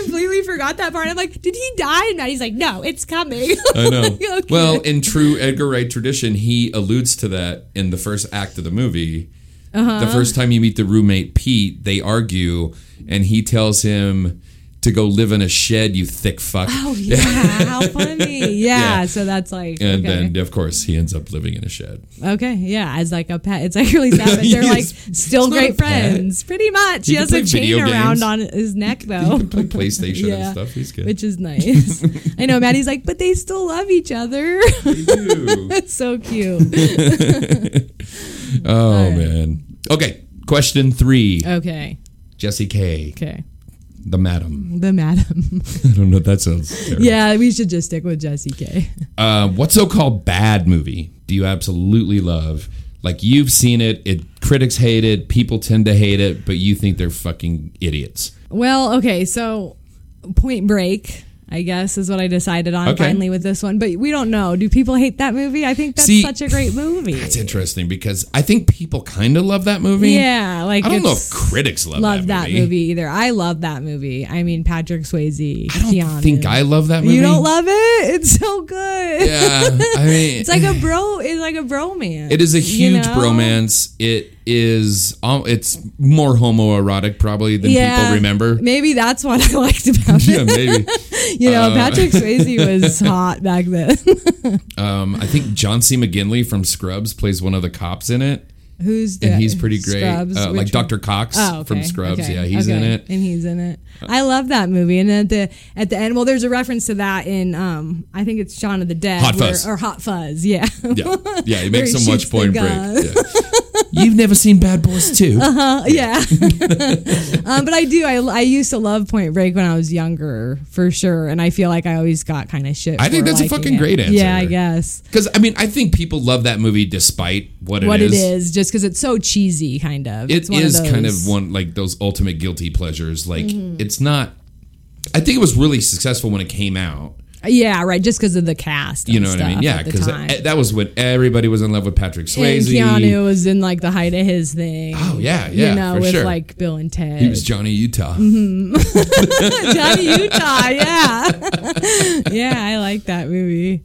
[SPEAKER 6] completely forgot that part. I'm like, did he die? And he's like, no, it's coming. *laughs*
[SPEAKER 5] I know.
[SPEAKER 6] Okay.
[SPEAKER 5] Well, in true Edgar Wright tradition, he alludes to that in the first act of the movie.
[SPEAKER 6] Uh-huh.
[SPEAKER 5] The first time you meet the roommate Pete, they argue, and he tells him to go live in a shed. You thick fuck.
[SPEAKER 6] oh yeah, how funny. Yeah,
[SPEAKER 5] *laughs* Yeah.
[SPEAKER 6] so that's like
[SPEAKER 5] And
[SPEAKER 6] okay.
[SPEAKER 5] then, of course, he ends up living in a shed.
[SPEAKER 6] okay, yeah, as like a pet. It's *laughs* like really sad,
[SPEAKER 5] *laughs*
[SPEAKER 6] but they're like
[SPEAKER 5] Yes.
[SPEAKER 6] still
[SPEAKER 5] It's not
[SPEAKER 6] great
[SPEAKER 5] a pet.
[SPEAKER 6] friends, pretty much.
[SPEAKER 5] He
[SPEAKER 6] he
[SPEAKER 5] can
[SPEAKER 6] has a
[SPEAKER 5] play video
[SPEAKER 6] chain
[SPEAKER 5] games.
[SPEAKER 6] around on his
[SPEAKER 5] *laughs*
[SPEAKER 6] neck
[SPEAKER 5] He
[SPEAKER 6] though.
[SPEAKER 5] can play PlayStation
[SPEAKER 6] *laughs* Yeah.
[SPEAKER 5] and stuff. He's good. *laughs*
[SPEAKER 6] which is nice. I know Maddie's like, but they still love each other. *laughs*
[SPEAKER 5] Ew.
[SPEAKER 6] That's so cute.
[SPEAKER 5] Oh man. Okay. Question three.
[SPEAKER 6] Okay,
[SPEAKER 5] Jesse K.
[SPEAKER 6] okay,
[SPEAKER 5] The madam.
[SPEAKER 6] the madam.
[SPEAKER 5] I don't know. That sounds.
[SPEAKER 6] *laughs*
[SPEAKER 5] Terrible.
[SPEAKER 6] yeah, we should just stick with Jesse K.
[SPEAKER 5] Uh, what so-called bad movie do you absolutely love? Like you've seen it. It critics hate it. People tend to hate it, but you think they're fucking idiots.
[SPEAKER 6] Well, okay, so Point Break. I guess is what I decided on
[SPEAKER 5] Okay.
[SPEAKER 6] finally with this one, but we don't know. Do people hate that movie? I think that's
[SPEAKER 5] See,
[SPEAKER 6] such a great movie.
[SPEAKER 5] It's interesting because I think people kind of love that movie.
[SPEAKER 6] yeah, like
[SPEAKER 5] I don't know if
[SPEAKER 6] it's-
[SPEAKER 5] critics love,
[SPEAKER 6] love
[SPEAKER 5] that, movie.
[SPEAKER 6] either. I love that movie. I mean, Patrick Swayze.
[SPEAKER 5] I don't
[SPEAKER 6] Keanu.
[SPEAKER 5] think I love that movie.
[SPEAKER 6] You don't love it? It's so good.
[SPEAKER 5] Yeah.
[SPEAKER 6] *laughs*
[SPEAKER 5] I mean,
[SPEAKER 6] It's like a bro. It's like a bromance.
[SPEAKER 5] It is a
[SPEAKER 6] you
[SPEAKER 5] huge
[SPEAKER 6] know?
[SPEAKER 5] bromance. It is. Um, it's more homoerotic probably than people remember.
[SPEAKER 6] *laughs* Maybe that's what I liked about
[SPEAKER 5] yeah,
[SPEAKER 6] it.
[SPEAKER 5] maybe. Uh,
[SPEAKER 6] You know, Patrick
[SPEAKER 5] *laughs*
[SPEAKER 6] Swayze was hot back then. *laughs*
[SPEAKER 5] Um, I think John C. McGinley from Scrubs plays one of the cops in it,
[SPEAKER 6] Who's the
[SPEAKER 5] and he's pretty great.
[SPEAKER 6] Scrubs,
[SPEAKER 5] uh, like
[SPEAKER 6] which one?
[SPEAKER 5] Dr. Cox
[SPEAKER 6] Oh, okay,
[SPEAKER 5] from Scrubs.
[SPEAKER 6] okay,
[SPEAKER 5] Yeah, he's in
[SPEAKER 6] okay,
[SPEAKER 5] it.
[SPEAKER 6] and he's in it. I love that movie. And at the at the end, well, there's a reference to that in um, I think it's Shaun of the Dead,
[SPEAKER 5] Hot
[SPEAKER 6] where-
[SPEAKER 5] Fuzz.
[SPEAKER 6] or Hot Fuzz. Yeah, *laughs*
[SPEAKER 5] Yeah, yeah, he
[SPEAKER 6] Where
[SPEAKER 5] makes
[SPEAKER 6] he
[SPEAKER 5] so much
[SPEAKER 6] shoots the
[SPEAKER 5] point break.
[SPEAKER 6] gun. *laughs* Uh-huh.
[SPEAKER 5] Yeah. You've never seen Bad Boys 2
[SPEAKER 6] Uh, yeah. *laughs* um, but I do. I, I used to love Point Break when I was younger, for sure. And I feel like I always got kind of shit.
[SPEAKER 5] I think
[SPEAKER 6] for
[SPEAKER 5] that's a
[SPEAKER 6] liking
[SPEAKER 5] fucking
[SPEAKER 6] it.
[SPEAKER 5] great answer.
[SPEAKER 6] Yeah, I guess
[SPEAKER 5] Because I mean, I think people love that movie despite what it is.
[SPEAKER 6] what it is, just because it's so cheesy, kind of.
[SPEAKER 5] It
[SPEAKER 6] it's one
[SPEAKER 5] is
[SPEAKER 6] of
[SPEAKER 5] kind
[SPEAKER 6] those. Mm-hmm.
[SPEAKER 5] of one like those ultimate guilty pleasures. Like it's not. I think it was really successful when it came out.
[SPEAKER 6] Yeah, right. Just because of the cast.
[SPEAKER 5] You
[SPEAKER 6] and
[SPEAKER 5] know what I mean?
[SPEAKER 6] stuff
[SPEAKER 5] Yeah,
[SPEAKER 6] at the
[SPEAKER 5] because
[SPEAKER 6] time.
[SPEAKER 5] that, that was when everybody was in love with Patrick
[SPEAKER 6] and
[SPEAKER 5] Swayze.
[SPEAKER 6] Keanu was in like the height of his thing.
[SPEAKER 5] Oh, yeah, yeah,
[SPEAKER 6] You know,
[SPEAKER 5] for
[SPEAKER 6] with
[SPEAKER 5] sure.
[SPEAKER 6] like Bill and Ted.
[SPEAKER 5] He
[SPEAKER 6] *laughs*
[SPEAKER 5] was Johnny Utah.
[SPEAKER 6] Mm-hmm. Johnny Utah. Yeah, *laughs* yeah. I like that movie.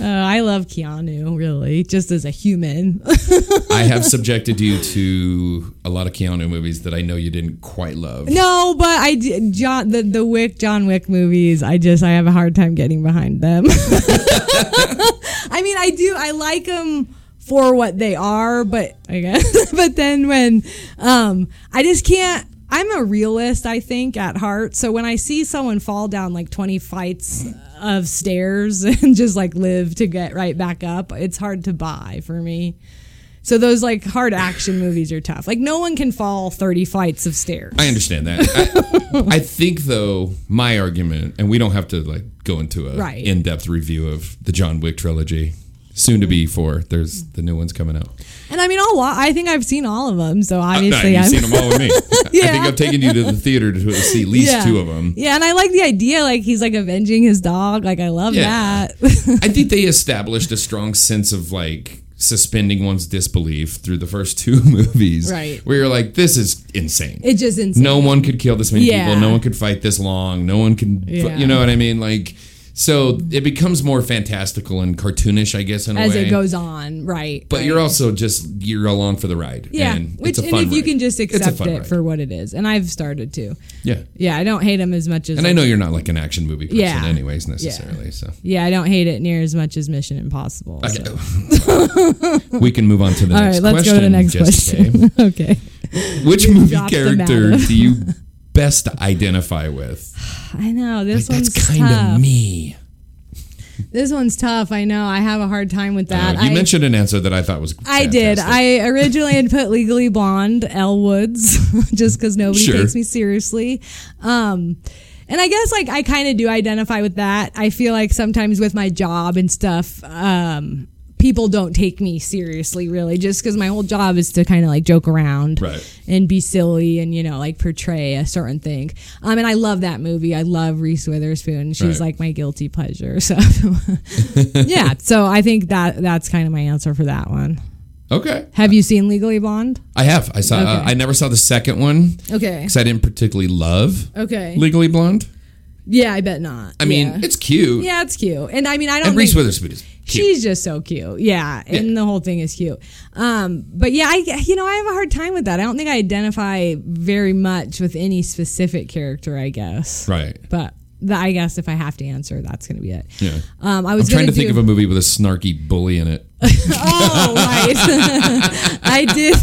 [SPEAKER 6] Uh, I love Keanu, really, just as a human. *laughs*
[SPEAKER 5] I have subjected you to a lot of Keanu movies that I know you didn't quite love.
[SPEAKER 6] *laughs* No, but I d- John the the Wick John Wick movies. I just I have a hard time getting behind them. *laughs* I mean, I do. I like them for what they are, but I guess. *laughs* but then when um, I just can't. I'm a realist, I think, at heart. So when I see someone fall down like 20 fights of stairs *laughs* and just like live to get right back up, it's hard to buy for me. So those like hard action movies are tough. Like no one can fall 30 fights of stairs.
[SPEAKER 5] I understand that.
[SPEAKER 6] *laughs*
[SPEAKER 5] I, I think though my argument, and we don't have to like go into a
[SPEAKER 6] Right.
[SPEAKER 5] in-depth review of the John Wick trilogy. Soon to be
[SPEAKER 6] Mm-hmm.
[SPEAKER 5] four. There's the new one's coming out.
[SPEAKER 6] And I mean, I'll wa- I think I've seen all of them, so obviously
[SPEAKER 5] no,
[SPEAKER 6] I'm.
[SPEAKER 5] you've
[SPEAKER 6] *laughs*
[SPEAKER 5] seen them all with me. I think
[SPEAKER 6] Yeah.
[SPEAKER 5] I've taken you to the theater to see at least
[SPEAKER 6] yeah.
[SPEAKER 5] two of them.
[SPEAKER 6] Yeah, and I like the idea. Like he's like avenging his dog. Like I love
[SPEAKER 5] Yeah.
[SPEAKER 6] that. *laughs*
[SPEAKER 5] I think they established a strong sense of like suspending one's disbelief through the first two *laughs* movies.
[SPEAKER 6] Right.
[SPEAKER 5] Where you're like, this is insane.
[SPEAKER 6] it just insane.
[SPEAKER 5] no one could kill this many
[SPEAKER 6] Yeah.
[SPEAKER 5] people. No one could fight this long. No one can,
[SPEAKER 6] Yeah.
[SPEAKER 5] you know what I mean? Like, so it becomes more fantastical and cartoonish, I guess, in a
[SPEAKER 6] as
[SPEAKER 5] way.
[SPEAKER 6] it goes on, right?
[SPEAKER 5] But
[SPEAKER 6] right.
[SPEAKER 5] you're also just you're along for the ride.
[SPEAKER 6] yeah.
[SPEAKER 5] and
[SPEAKER 6] Which
[SPEAKER 5] it's a
[SPEAKER 6] and
[SPEAKER 5] fun
[SPEAKER 6] if you
[SPEAKER 5] ride.
[SPEAKER 6] can just
[SPEAKER 5] It's a
[SPEAKER 6] accept
[SPEAKER 5] fun
[SPEAKER 6] it
[SPEAKER 5] ride.
[SPEAKER 6] for what it is, and I've started to.
[SPEAKER 5] yeah.
[SPEAKER 6] Yeah, I don't hate him as much as
[SPEAKER 5] And I know you're not like an action movie person,
[SPEAKER 6] Yeah.
[SPEAKER 5] anyways, necessarily. So
[SPEAKER 6] Yeah, I don't hate it near as much as Mission Impossible. so. *laughs*
[SPEAKER 5] we can move on to the
[SPEAKER 6] All
[SPEAKER 5] next
[SPEAKER 6] right, let's
[SPEAKER 5] question.
[SPEAKER 6] go to the next
[SPEAKER 5] Jessica.
[SPEAKER 6] question. *laughs* okay.
[SPEAKER 5] *laughs* Which movie
[SPEAKER 6] dropped the
[SPEAKER 5] character
[SPEAKER 6] matter.
[SPEAKER 5] do you best identify with?
[SPEAKER 6] I know this
[SPEAKER 5] That's
[SPEAKER 6] one's
[SPEAKER 5] kind
[SPEAKER 6] tough.
[SPEAKER 5] of me.
[SPEAKER 6] This one's tough. I know. I have a hard time with that.
[SPEAKER 5] Uh, you
[SPEAKER 6] I,
[SPEAKER 5] mentioned an answer that I thought was.
[SPEAKER 6] I did.
[SPEAKER 5] fantastic.
[SPEAKER 6] I originally had put Legally Blonde, Elle Woods, *laughs* just because nobody
[SPEAKER 5] Sure.
[SPEAKER 6] takes me seriously. Um, and I guess like I kind of do identify with that. I feel like sometimes with my job and stuff, um, people don't take me seriously really, just because my whole job is to kind of like joke around
[SPEAKER 5] Right.
[SPEAKER 6] and be silly and you know like portray a certain thing. Um, and I love that movie. I love Reese Witherspoon. She's
[SPEAKER 5] Right.
[SPEAKER 6] like my guilty pleasure. *laughs* So yeah, so I think that that's kind of my answer for that one.
[SPEAKER 5] Okay.
[SPEAKER 6] Have you seen Legally Blonde?
[SPEAKER 5] I have. I saw. Uh,
[SPEAKER 6] Okay.
[SPEAKER 5] I never saw the second one
[SPEAKER 6] Okay.
[SPEAKER 5] because I didn't particularly love
[SPEAKER 6] Okay.
[SPEAKER 5] Legally Blonde.
[SPEAKER 6] yeah, I bet not.
[SPEAKER 5] I mean,
[SPEAKER 6] yeah.
[SPEAKER 5] it's cute.
[SPEAKER 6] yeah, it's cute, and I mean, I don't.
[SPEAKER 5] And Reese
[SPEAKER 6] think-
[SPEAKER 5] Witherspoon is cute.
[SPEAKER 6] She's just so cute. Yeah, and the whole thing is cute. Um, but yeah, I you know I have a hard time with that. I don't think I identify very much with any specific character. I guess.
[SPEAKER 5] right.
[SPEAKER 6] But the, I guess if I have to answer, that's going to be it.
[SPEAKER 5] Yeah.
[SPEAKER 6] Um, I
[SPEAKER 5] I'm
[SPEAKER 6] was
[SPEAKER 5] trying
[SPEAKER 6] gonna
[SPEAKER 5] to think
[SPEAKER 6] do,
[SPEAKER 5] of a movie with a snarky bully
[SPEAKER 6] *laughs*
[SPEAKER 5] in it.
[SPEAKER 6] Oh, right. *laughs* I did.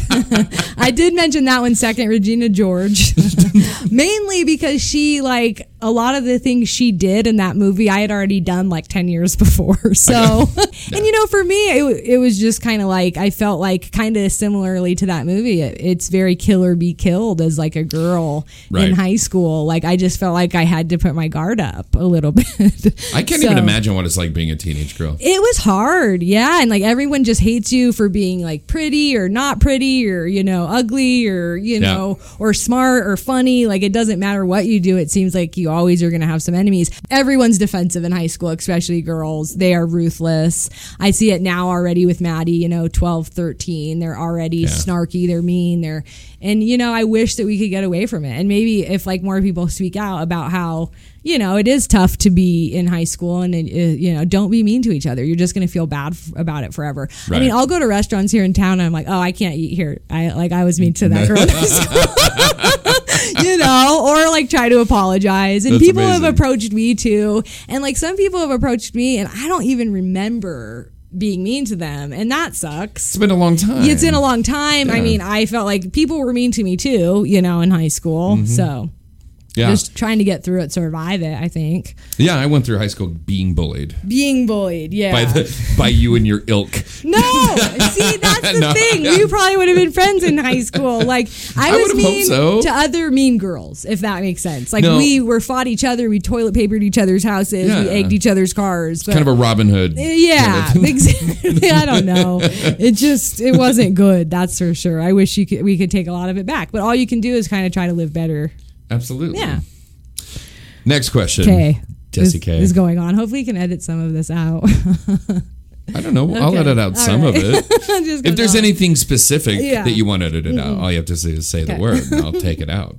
[SPEAKER 6] *laughs* I did mention that one second, Regina George, *laughs* mainly because she like a lot of the things she did in that movie I had already done like ten years before. *laughs* So, and you know, for me, it, wa- it was just kind of like I felt like kind of similarly to that movie. It, it's very kill or be killed as like a girl
[SPEAKER 5] Right.
[SPEAKER 6] in high school. Like I just felt like I had to put my guard up a little bit.
[SPEAKER 5] I can't
[SPEAKER 6] So-
[SPEAKER 5] even imagine what it's like being a teenage girl.
[SPEAKER 6] it was hard, yeah, and like everyone just hates you for being like pretty or not pretty or you know ugly or you
[SPEAKER 5] Yeah.
[SPEAKER 6] know or smart or funny. Like it doesn't matter what you do. It seems like you always are going to have some enemies. Everyone's defensive in high school, especially girls. They are ruthless. I see it now already with Maddie. You know, 12, 13. They're already snarky. They're mean. They're and you know I wish that we could get away from it. And maybe if like more people speak out about how you know, it is tough to be in high school and, uh, you know, don't be mean to each other. You're just going to feel bad f- about it forever. I
[SPEAKER 5] Right.
[SPEAKER 6] mean, I'll go to restaurants here in town and I'm like, oh, I can't eat here. I like, I was mean to that girl *laughs* in high school. you know, or like try to apologize. And
[SPEAKER 5] That's
[SPEAKER 6] people have
[SPEAKER 5] amazing.
[SPEAKER 6] approached me too. And like some people have approached me and I don't even remember being mean to them. And that sucks.
[SPEAKER 5] It's been a long time.
[SPEAKER 6] It's been a long time. I
[SPEAKER 5] Yeah.
[SPEAKER 6] mean, I felt like people were mean to me too, you know, in high school.
[SPEAKER 5] Mm-hmm.
[SPEAKER 6] So
[SPEAKER 5] Yeah.
[SPEAKER 6] just trying to get through it, survive it. I think
[SPEAKER 5] yeah. I went through high school being bullied
[SPEAKER 6] being bullied, yeah.
[SPEAKER 5] by the by you and your ilk.
[SPEAKER 6] no,
[SPEAKER 5] *laughs*
[SPEAKER 6] see, that's the
[SPEAKER 5] No,
[SPEAKER 6] thing.
[SPEAKER 5] yeah.
[SPEAKER 6] We probably would have been friends in high school. Like
[SPEAKER 5] *laughs*
[SPEAKER 6] I,
[SPEAKER 5] I
[SPEAKER 6] was
[SPEAKER 5] would've hoped
[SPEAKER 6] mean
[SPEAKER 5] so.
[SPEAKER 6] to other mean girls, if that makes sense. Like
[SPEAKER 5] No.
[SPEAKER 6] we were fought each other, we toilet papered each other's houses, we
[SPEAKER 5] Yeah.
[SPEAKER 6] egged each other's cars. But
[SPEAKER 5] Kind of a Robin Hood.
[SPEAKER 6] *laughs* yeah,
[SPEAKER 5] kind of-
[SPEAKER 6] exactly. I
[SPEAKER 5] *laughs*
[SPEAKER 6] don't know. It just it wasn't good. That's for sure. I wish you could we could take a lot of it back, but all you can do is kind of try to live better.
[SPEAKER 5] Absolutely.
[SPEAKER 6] Yeah.
[SPEAKER 5] Next question.
[SPEAKER 6] Okay.
[SPEAKER 5] Jesse
[SPEAKER 6] This
[SPEAKER 5] K.
[SPEAKER 6] is going on. Hopefully, you can edit some of this out. *laughs*
[SPEAKER 5] I don't know. I'll
[SPEAKER 6] Okay.
[SPEAKER 5] edit out
[SPEAKER 6] All
[SPEAKER 5] some
[SPEAKER 6] right.
[SPEAKER 5] of it.
[SPEAKER 6] Just
[SPEAKER 5] If there's
[SPEAKER 6] goes on.
[SPEAKER 5] anything specific
[SPEAKER 6] Yeah. Mm-hmm.
[SPEAKER 5] that you want edited out, all you have to say is say the
[SPEAKER 6] Okay.
[SPEAKER 5] word, and
[SPEAKER 6] *laughs*
[SPEAKER 5] I'll take it out.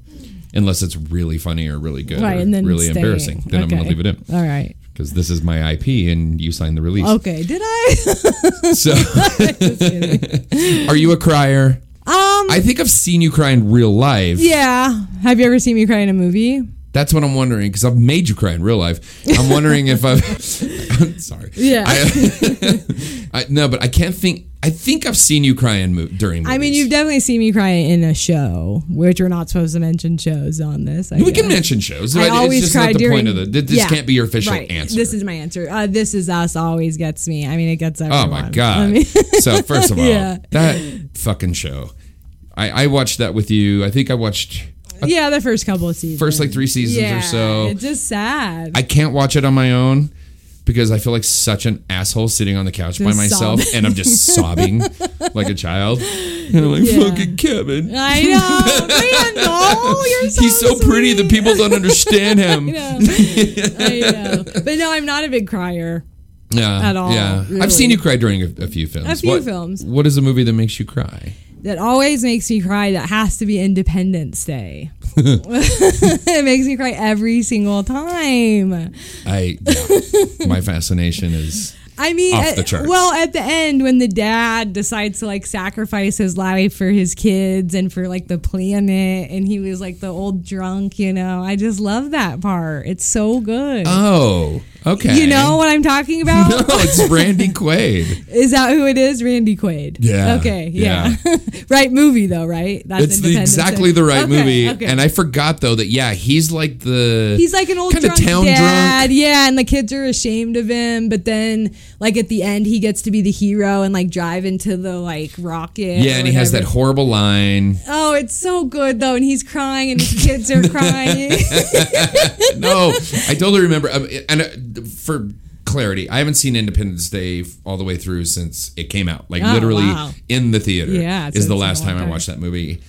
[SPEAKER 5] Unless it's really funny or really good,
[SPEAKER 6] right,
[SPEAKER 5] or
[SPEAKER 6] and then
[SPEAKER 5] really
[SPEAKER 6] staying.
[SPEAKER 5] embarrassing, then I'm going
[SPEAKER 6] Okay.
[SPEAKER 5] to leave it in
[SPEAKER 6] All right.
[SPEAKER 5] because this is my IP, and you signed the release.
[SPEAKER 6] Okay. Did I? *laughs*
[SPEAKER 5] So, are you a crier?
[SPEAKER 6] um.
[SPEAKER 5] I think I've seen you cry in real life.
[SPEAKER 6] yeah. Have you ever seen me cry in a movie?
[SPEAKER 5] That's what I'm wondering because I've made you cry in real life. I'm wondering if I've. *laughs* I'm sorry.
[SPEAKER 6] Yeah.
[SPEAKER 5] I, *laughs* I, no, but I can't think. I think I've seen you cry in mo- during. Movies.
[SPEAKER 6] I mean, you've definitely seen me cry in a show, which we're not supposed to mention shows on this. I
[SPEAKER 5] We can
[SPEAKER 6] guess.
[SPEAKER 5] mention shows. but
[SPEAKER 6] I always
[SPEAKER 5] it's just
[SPEAKER 6] cry
[SPEAKER 5] not the
[SPEAKER 6] during.
[SPEAKER 5] point of the. This
[SPEAKER 6] Yeah,
[SPEAKER 5] can't be your official
[SPEAKER 6] right.
[SPEAKER 5] answer.
[SPEAKER 6] This is my answer. Uh, this is us always gets me. I mean, it gets everyone.
[SPEAKER 5] Oh my
[SPEAKER 6] I
[SPEAKER 5] god! *laughs*
[SPEAKER 6] mean- *laughs*
[SPEAKER 5] so first of all,
[SPEAKER 6] Yeah.
[SPEAKER 5] that fucking show. I, I watched that with you. I think I watched
[SPEAKER 6] yeah, the first couple of seasons.
[SPEAKER 5] first like three seasons
[SPEAKER 6] yeah,
[SPEAKER 5] or so.
[SPEAKER 6] It's just sad.
[SPEAKER 5] I can't watch it on my own because I feel like such an asshole sitting on the couch by
[SPEAKER 6] Just
[SPEAKER 5] myself
[SPEAKER 6] sobbing.
[SPEAKER 5] and I'm
[SPEAKER 6] *laughs*
[SPEAKER 5] just sobbing like a child. And I'm like,
[SPEAKER 6] Yeah.
[SPEAKER 5] fucking Kevin.
[SPEAKER 6] *laughs* I know. Randall, you're so
[SPEAKER 5] *laughs* He's so pretty that
[SPEAKER 6] sweet.
[SPEAKER 5] people
[SPEAKER 6] *laughs*
[SPEAKER 5] don't understand him.
[SPEAKER 6] know. I know. But no, I'm not a big crier.
[SPEAKER 5] Yeah,
[SPEAKER 6] At all,
[SPEAKER 5] Yeah.
[SPEAKER 6] really.
[SPEAKER 5] I've seen you cry during a, a few films.
[SPEAKER 6] A few
[SPEAKER 5] What-
[SPEAKER 6] films.
[SPEAKER 5] What is a movie that makes you cry?
[SPEAKER 6] That always makes me cry. That has to be Independence Day. *laughs* it makes me cry every single time.
[SPEAKER 5] I
[SPEAKER 6] *laughs*
[SPEAKER 5] yeah. my fascination is
[SPEAKER 6] I mean,
[SPEAKER 5] Off
[SPEAKER 6] at-
[SPEAKER 5] the charts.
[SPEAKER 6] well, at the end when the dad decides to like sacrifice his life for his kids and for like the planet, and he was like the old drunk, you know. I just love that part. It's so good.
[SPEAKER 5] oh Okay.
[SPEAKER 6] You know what I'm talking about?
[SPEAKER 5] *laughs* No, it's Randy Quaid.
[SPEAKER 6] Is that who it is? Randy Quaid.
[SPEAKER 5] Yeah.
[SPEAKER 6] Okay. Yeah. *laughs* right movie though, right? That's
[SPEAKER 5] It's the,
[SPEAKER 6] Independence Day.
[SPEAKER 5] exactly the right
[SPEAKER 6] Okay,
[SPEAKER 5] movie.
[SPEAKER 6] okay.
[SPEAKER 5] And I forgot though that yeah, he's like the
[SPEAKER 6] He's like an old
[SPEAKER 5] kinda
[SPEAKER 6] drunk dad, yeah, and the kids are ashamed of him. But then, like at the end, he gets to be the hero and like drive into the like rocket.
[SPEAKER 5] Yeah,
[SPEAKER 6] or
[SPEAKER 5] and he has that
[SPEAKER 6] whatever.
[SPEAKER 5] horrible line.
[SPEAKER 6] Oh, it's so good though, and he's crying, and his kids
[SPEAKER 5] *laughs*
[SPEAKER 6] are crying. *laughs*
[SPEAKER 5] No, I totally remember. Um, and uh, for clarity, I haven't seen Independence Day f- all the way through since it came out. Like
[SPEAKER 6] Oh,
[SPEAKER 5] literally
[SPEAKER 6] wow.
[SPEAKER 5] in the theater.
[SPEAKER 6] Yeah, so
[SPEAKER 5] is the
[SPEAKER 6] it's
[SPEAKER 5] last
[SPEAKER 6] been a
[SPEAKER 5] time
[SPEAKER 6] long
[SPEAKER 5] I
[SPEAKER 6] time.
[SPEAKER 5] watched that movie.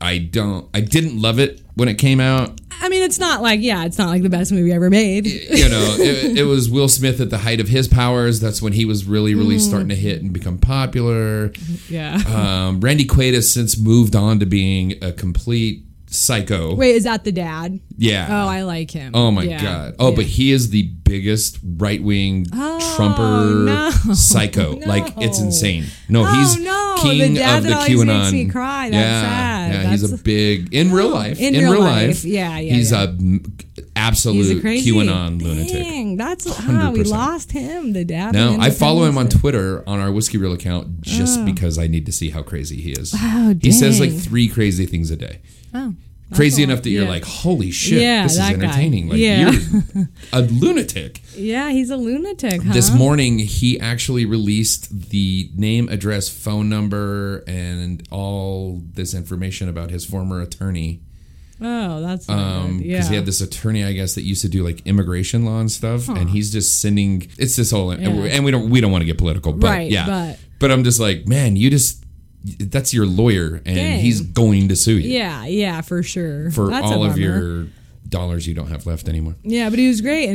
[SPEAKER 5] I don't. I didn't love it when it came out.
[SPEAKER 6] I mean, it's not like yeah, it's not like the best movie ever made.
[SPEAKER 5] you know, it, it was Will Smith at the height of his powers. That's when he was really, really
[SPEAKER 6] Mm.
[SPEAKER 5] starting to hit and become popular.
[SPEAKER 6] Yeah.
[SPEAKER 5] Um, Randy Quaid has since moved on to being a complete psycho.
[SPEAKER 6] Wait, is that the dad?
[SPEAKER 5] yeah.
[SPEAKER 6] Oh, I like him.
[SPEAKER 5] Oh my
[SPEAKER 6] Yeah.
[SPEAKER 5] god! Oh, but he is the biggest right wing
[SPEAKER 6] Oh,
[SPEAKER 5] Trumper
[SPEAKER 6] no.
[SPEAKER 5] psycho.
[SPEAKER 6] *laughs* No.
[SPEAKER 5] Like it's insane. No,
[SPEAKER 6] Oh,
[SPEAKER 5] he's
[SPEAKER 6] no. The
[SPEAKER 5] king
[SPEAKER 6] dad
[SPEAKER 5] of
[SPEAKER 6] that
[SPEAKER 5] the
[SPEAKER 6] always
[SPEAKER 5] QAnon.
[SPEAKER 6] makes me cry. That's
[SPEAKER 5] yeah,
[SPEAKER 6] sad.
[SPEAKER 5] yeah. he's a
[SPEAKER 6] That's-
[SPEAKER 5] big
[SPEAKER 6] *gasps*
[SPEAKER 5] in real life. In, real, life,
[SPEAKER 6] Yeah, yeah,
[SPEAKER 5] He's
[SPEAKER 6] yeah.
[SPEAKER 5] a m- absolute
[SPEAKER 6] He's a crazy
[SPEAKER 5] QAnon lunatic.
[SPEAKER 6] Dang, that's ah, we
[SPEAKER 5] 100%.
[SPEAKER 6] lost him. The dad.
[SPEAKER 5] No,
[SPEAKER 6] in
[SPEAKER 5] I follow him on
[SPEAKER 6] Independence
[SPEAKER 5] Twitter on our Whiskey Reel account just because I need to see how crazy he is.
[SPEAKER 6] Oh. Wow,
[SPEAKER 5] He says like
[SPEAKER 6] dang.
[SPEAKER 5] three crazy things a day.
[SPEAKER 6] Day. Oh, that's
[SPEAKER 5] Crazy
[SPEAKER 6] a lot.
[SPEAKER 5] enough that you're
[SPEAKER 6] Yeah.
[SPEAKER 5] like, holy shit,
[SPEAKER 6] Yeah,
[SPEAKER 5] this is
[SPEAKER 6] that guy.
[SPEAKER 5] entertaining. Like,
[SPEAKER 6] Yeah.
[SPEAKER 5] you're
[SPEAKER 6] *laughs*
[SPEAKER 5] a lunatic.
[SPEAKER 6] yeah, he's a lunatic. Huh?
[SPEAKER 5] This morning, he actually released the name, address, phone number, and all this information about his former attorney.
[SPEAKER 6] Oh, that's not
[SPEAKER 5] Um,
[SPEAKER 6] good.
[SPEAKER 5] because
[SPEAKER 6] yeah.
[SPEAKER 5] he had this attorney, I guess, that used to do like immigration law and stuff, and he's just sending. It's this whole, and, we, and we don't we don't want to get political, but
[SPEAKER 6] Right,
[SPEAKER 5] yeah,
[SPEAKER 6] but-
[SPEAKER 5] I'm just like, man, you just that's your lawyer, and
[SPEAKER 6] Dang.
[SPEAKER 5] he's going to sue you
[SPEAKER 6] Yeah, yeah, for sure.
[SPEAKER 5] for
[SPEAKER 6] That's a
[SPEAKER 5] all of
[SPEAKER 6] bummer.
[SPEAKER 5] your dollars you don't have left anymore.
[SPEAKER 6] Yeah, but he was great in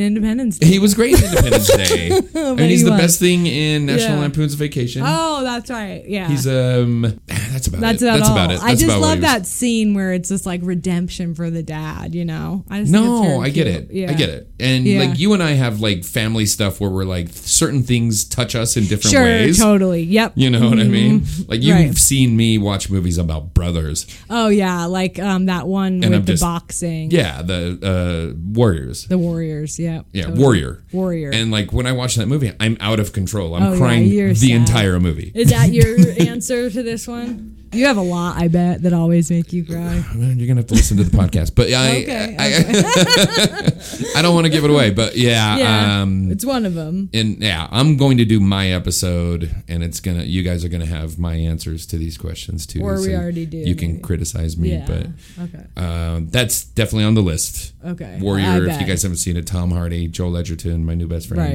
[SPEAKER 5] *laughs*
[SPEAKER 6] Independence Day.
[SPEAKER 5] He was great in Independence Day, and
[SPEAKER 6] *laughs* But
[SPEAKER 5] he's
[SPEAKER 6] he
[SPEAKER 5] the
[SPEAKER 6] was.
[SPEAKER 5] best thing in National
[SPEAKER 6] Yeah.
[SPEAKER 5] Lampoon's Vacation.
[SPEAKER 6] Oh, that's right. Yeah.
[SPEAKER 5] He's um, *laughs* that's about
[SPEAKER 6] that's
[SPEAKER 5] it.
[SPEAKER 6] about
[SPEAKER 5] that's
[SPEAKER 6] all.
[SPEAKER 5] about it.
[SPEAKER 6] I
[SPEAKER 5] That's
[SPEAKER 6] just
[SPEAKER 5] about what
[SPEAKER 6] love
[SPEAKER 5] he was-
[SPEAKER 6] that scene where it's just like redemption for the dad, you know? I just think it's
[SPEAKER 5] No,
[SPEAKER 6] very
[SPEAKER 5] I get
[SPEAKER 6] cute.
[SPEAKER 5] it.
[SPEAKER 6] Yeah.
[SPEAKER 5] I get it. And
[SPEAKER 6] Yeah.
[SPEAKER 5] like you and I have like family stuff where we're like certain things touch us in different
[SPEAKER 6] Sure,
[SPEAKER 5] ways.
[SPEAKER 6] totally. Yep.
[SPEAKER 5] You know what I mean? Like you've
[SPEAKER 6] Right.
[SPEAKER 5] seen me watch movies about brothers.
[SPEAKER 6] Oh yeah, like um that one with
[SPEAKER 5] I'm
[SPEAKER 6] the
[SPEAKER 5] just-
[SPEAKER 6] boxing.
[SPEAKER 5] Yeah, the uh Warriors.
[SPEAKER 6] The Warriors, yeah.
[SPEAKER 5] Yeah,
[SPEAKER 6] totally.
[SPEAKER 5] Warrior.
[SPEAKER 6] Warrior.
[SPEAKER 5] And like when I watch that movie, I'm out of control. I'm
[SPEAKER 6] Oh, yeah,
[SPEAKER 5] crying
[SPEAKER 6] you're
[SPEAKER 5] the
[SPEAKER 6] sad.
[SPEAKER 5] entire movie.
[SPEAKER 6] Is that
[SPEAKER 5] *laughs*
[SPEAKER 6] your answer to this one? You have a lot, I bet, that always make you cry.
[SPEAKER 5] Well, You're gonna have to listen to the podcast, but I
[SPEAKER 6] *laughs* Okay,
[SPEAKER 5] I, *laughs* I don't want to give it away. But yeah,
[SPEAKER 6] *laughs* Yeah.
[SPEAKER 5] um,
[SPEAKER 6] it's one of them.
[SPEAKER 5] and yeah, I'm going to do my episode, and it's gonna. You guys are gonna have my answers to these questions too.
[SPEAKER 6] Or we already do,
[SPEAKER 5] You can
[SPEAKER 6] maybe.
[SPEAKER 5] criticize me,
[SPEAKER 6] Yeah.
[SPEAKER 5] but
[SPEAKER 6] okay.
[SPEAKER 5] um, that's definitely on the list.
[SPEAKER 6] Okay. I
[SPEAKER 5] Warrior. If you
[SPEAKER 6] bet.
[SPEAKER 5] guys haven't seen it, Tom Hardy, Joel Edgerton, my new best friend.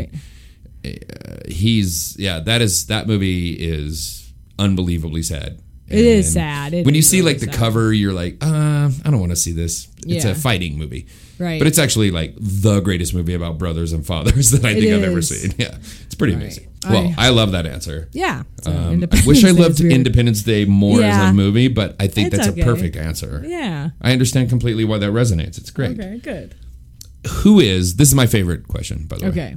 [SPEAKER 6] Right.
[SPEAKER 5] He's yeah. That is that movie is unbelievably sad.
[SPEAKER 6] It is sad. It
[SPEAKER 5] when you
[SPEAKER 6] is
[SPEAKER 5] see
[SPEAKER 6] really
[SPEAKER 5] like the
[SPEAKER 6] sad.
[SPEAKER 5] cover, you're like, uh, I don't want to see this. It's
[SPEAKER 6] Yeah.
[SPEAKER 5] a fighting movie.
[SPEAKER 6] Right.
[SPEAKER 5] But it's actually like the greatest movie about brothers and fathers *laughs* that I think I've ever
[SPEAKER 6] is.
[SPEAKER 5] seen. Yeah. It's pretty amazing.
[SPEAKER 6] I-
[SPEAKER 5] Well, I, love that answer.
[SPEAKER 6] Yeah. So
[SPEAKER 5] Um, I
[SPEAKER 6] *laughs* Independence
[SPEAKER 5] wish I
[SPEAKER 6] Day is
[SPEAKER 5] loved
[SPEAKER 6] weird.
[SPEAKER 5] Independence Day more as
[SPEAKER 6] Yeah.
[SPEAKER 5] a movie, but I think
[SPEAKER 6] It's
[SPEAKER 5] that's
[SPEAKER 6] okay.
[SPEAKER 5] a perfect answer.
[SPEAKER 6] Yeah.
[SPEAKER 5] I understand completely why that resonates. It's great.
[SPEAKER 6] Okay, good.
[SPEAKER 5] Who is, this is my favorite question, by the way.
[SPEAKER 6] Okay.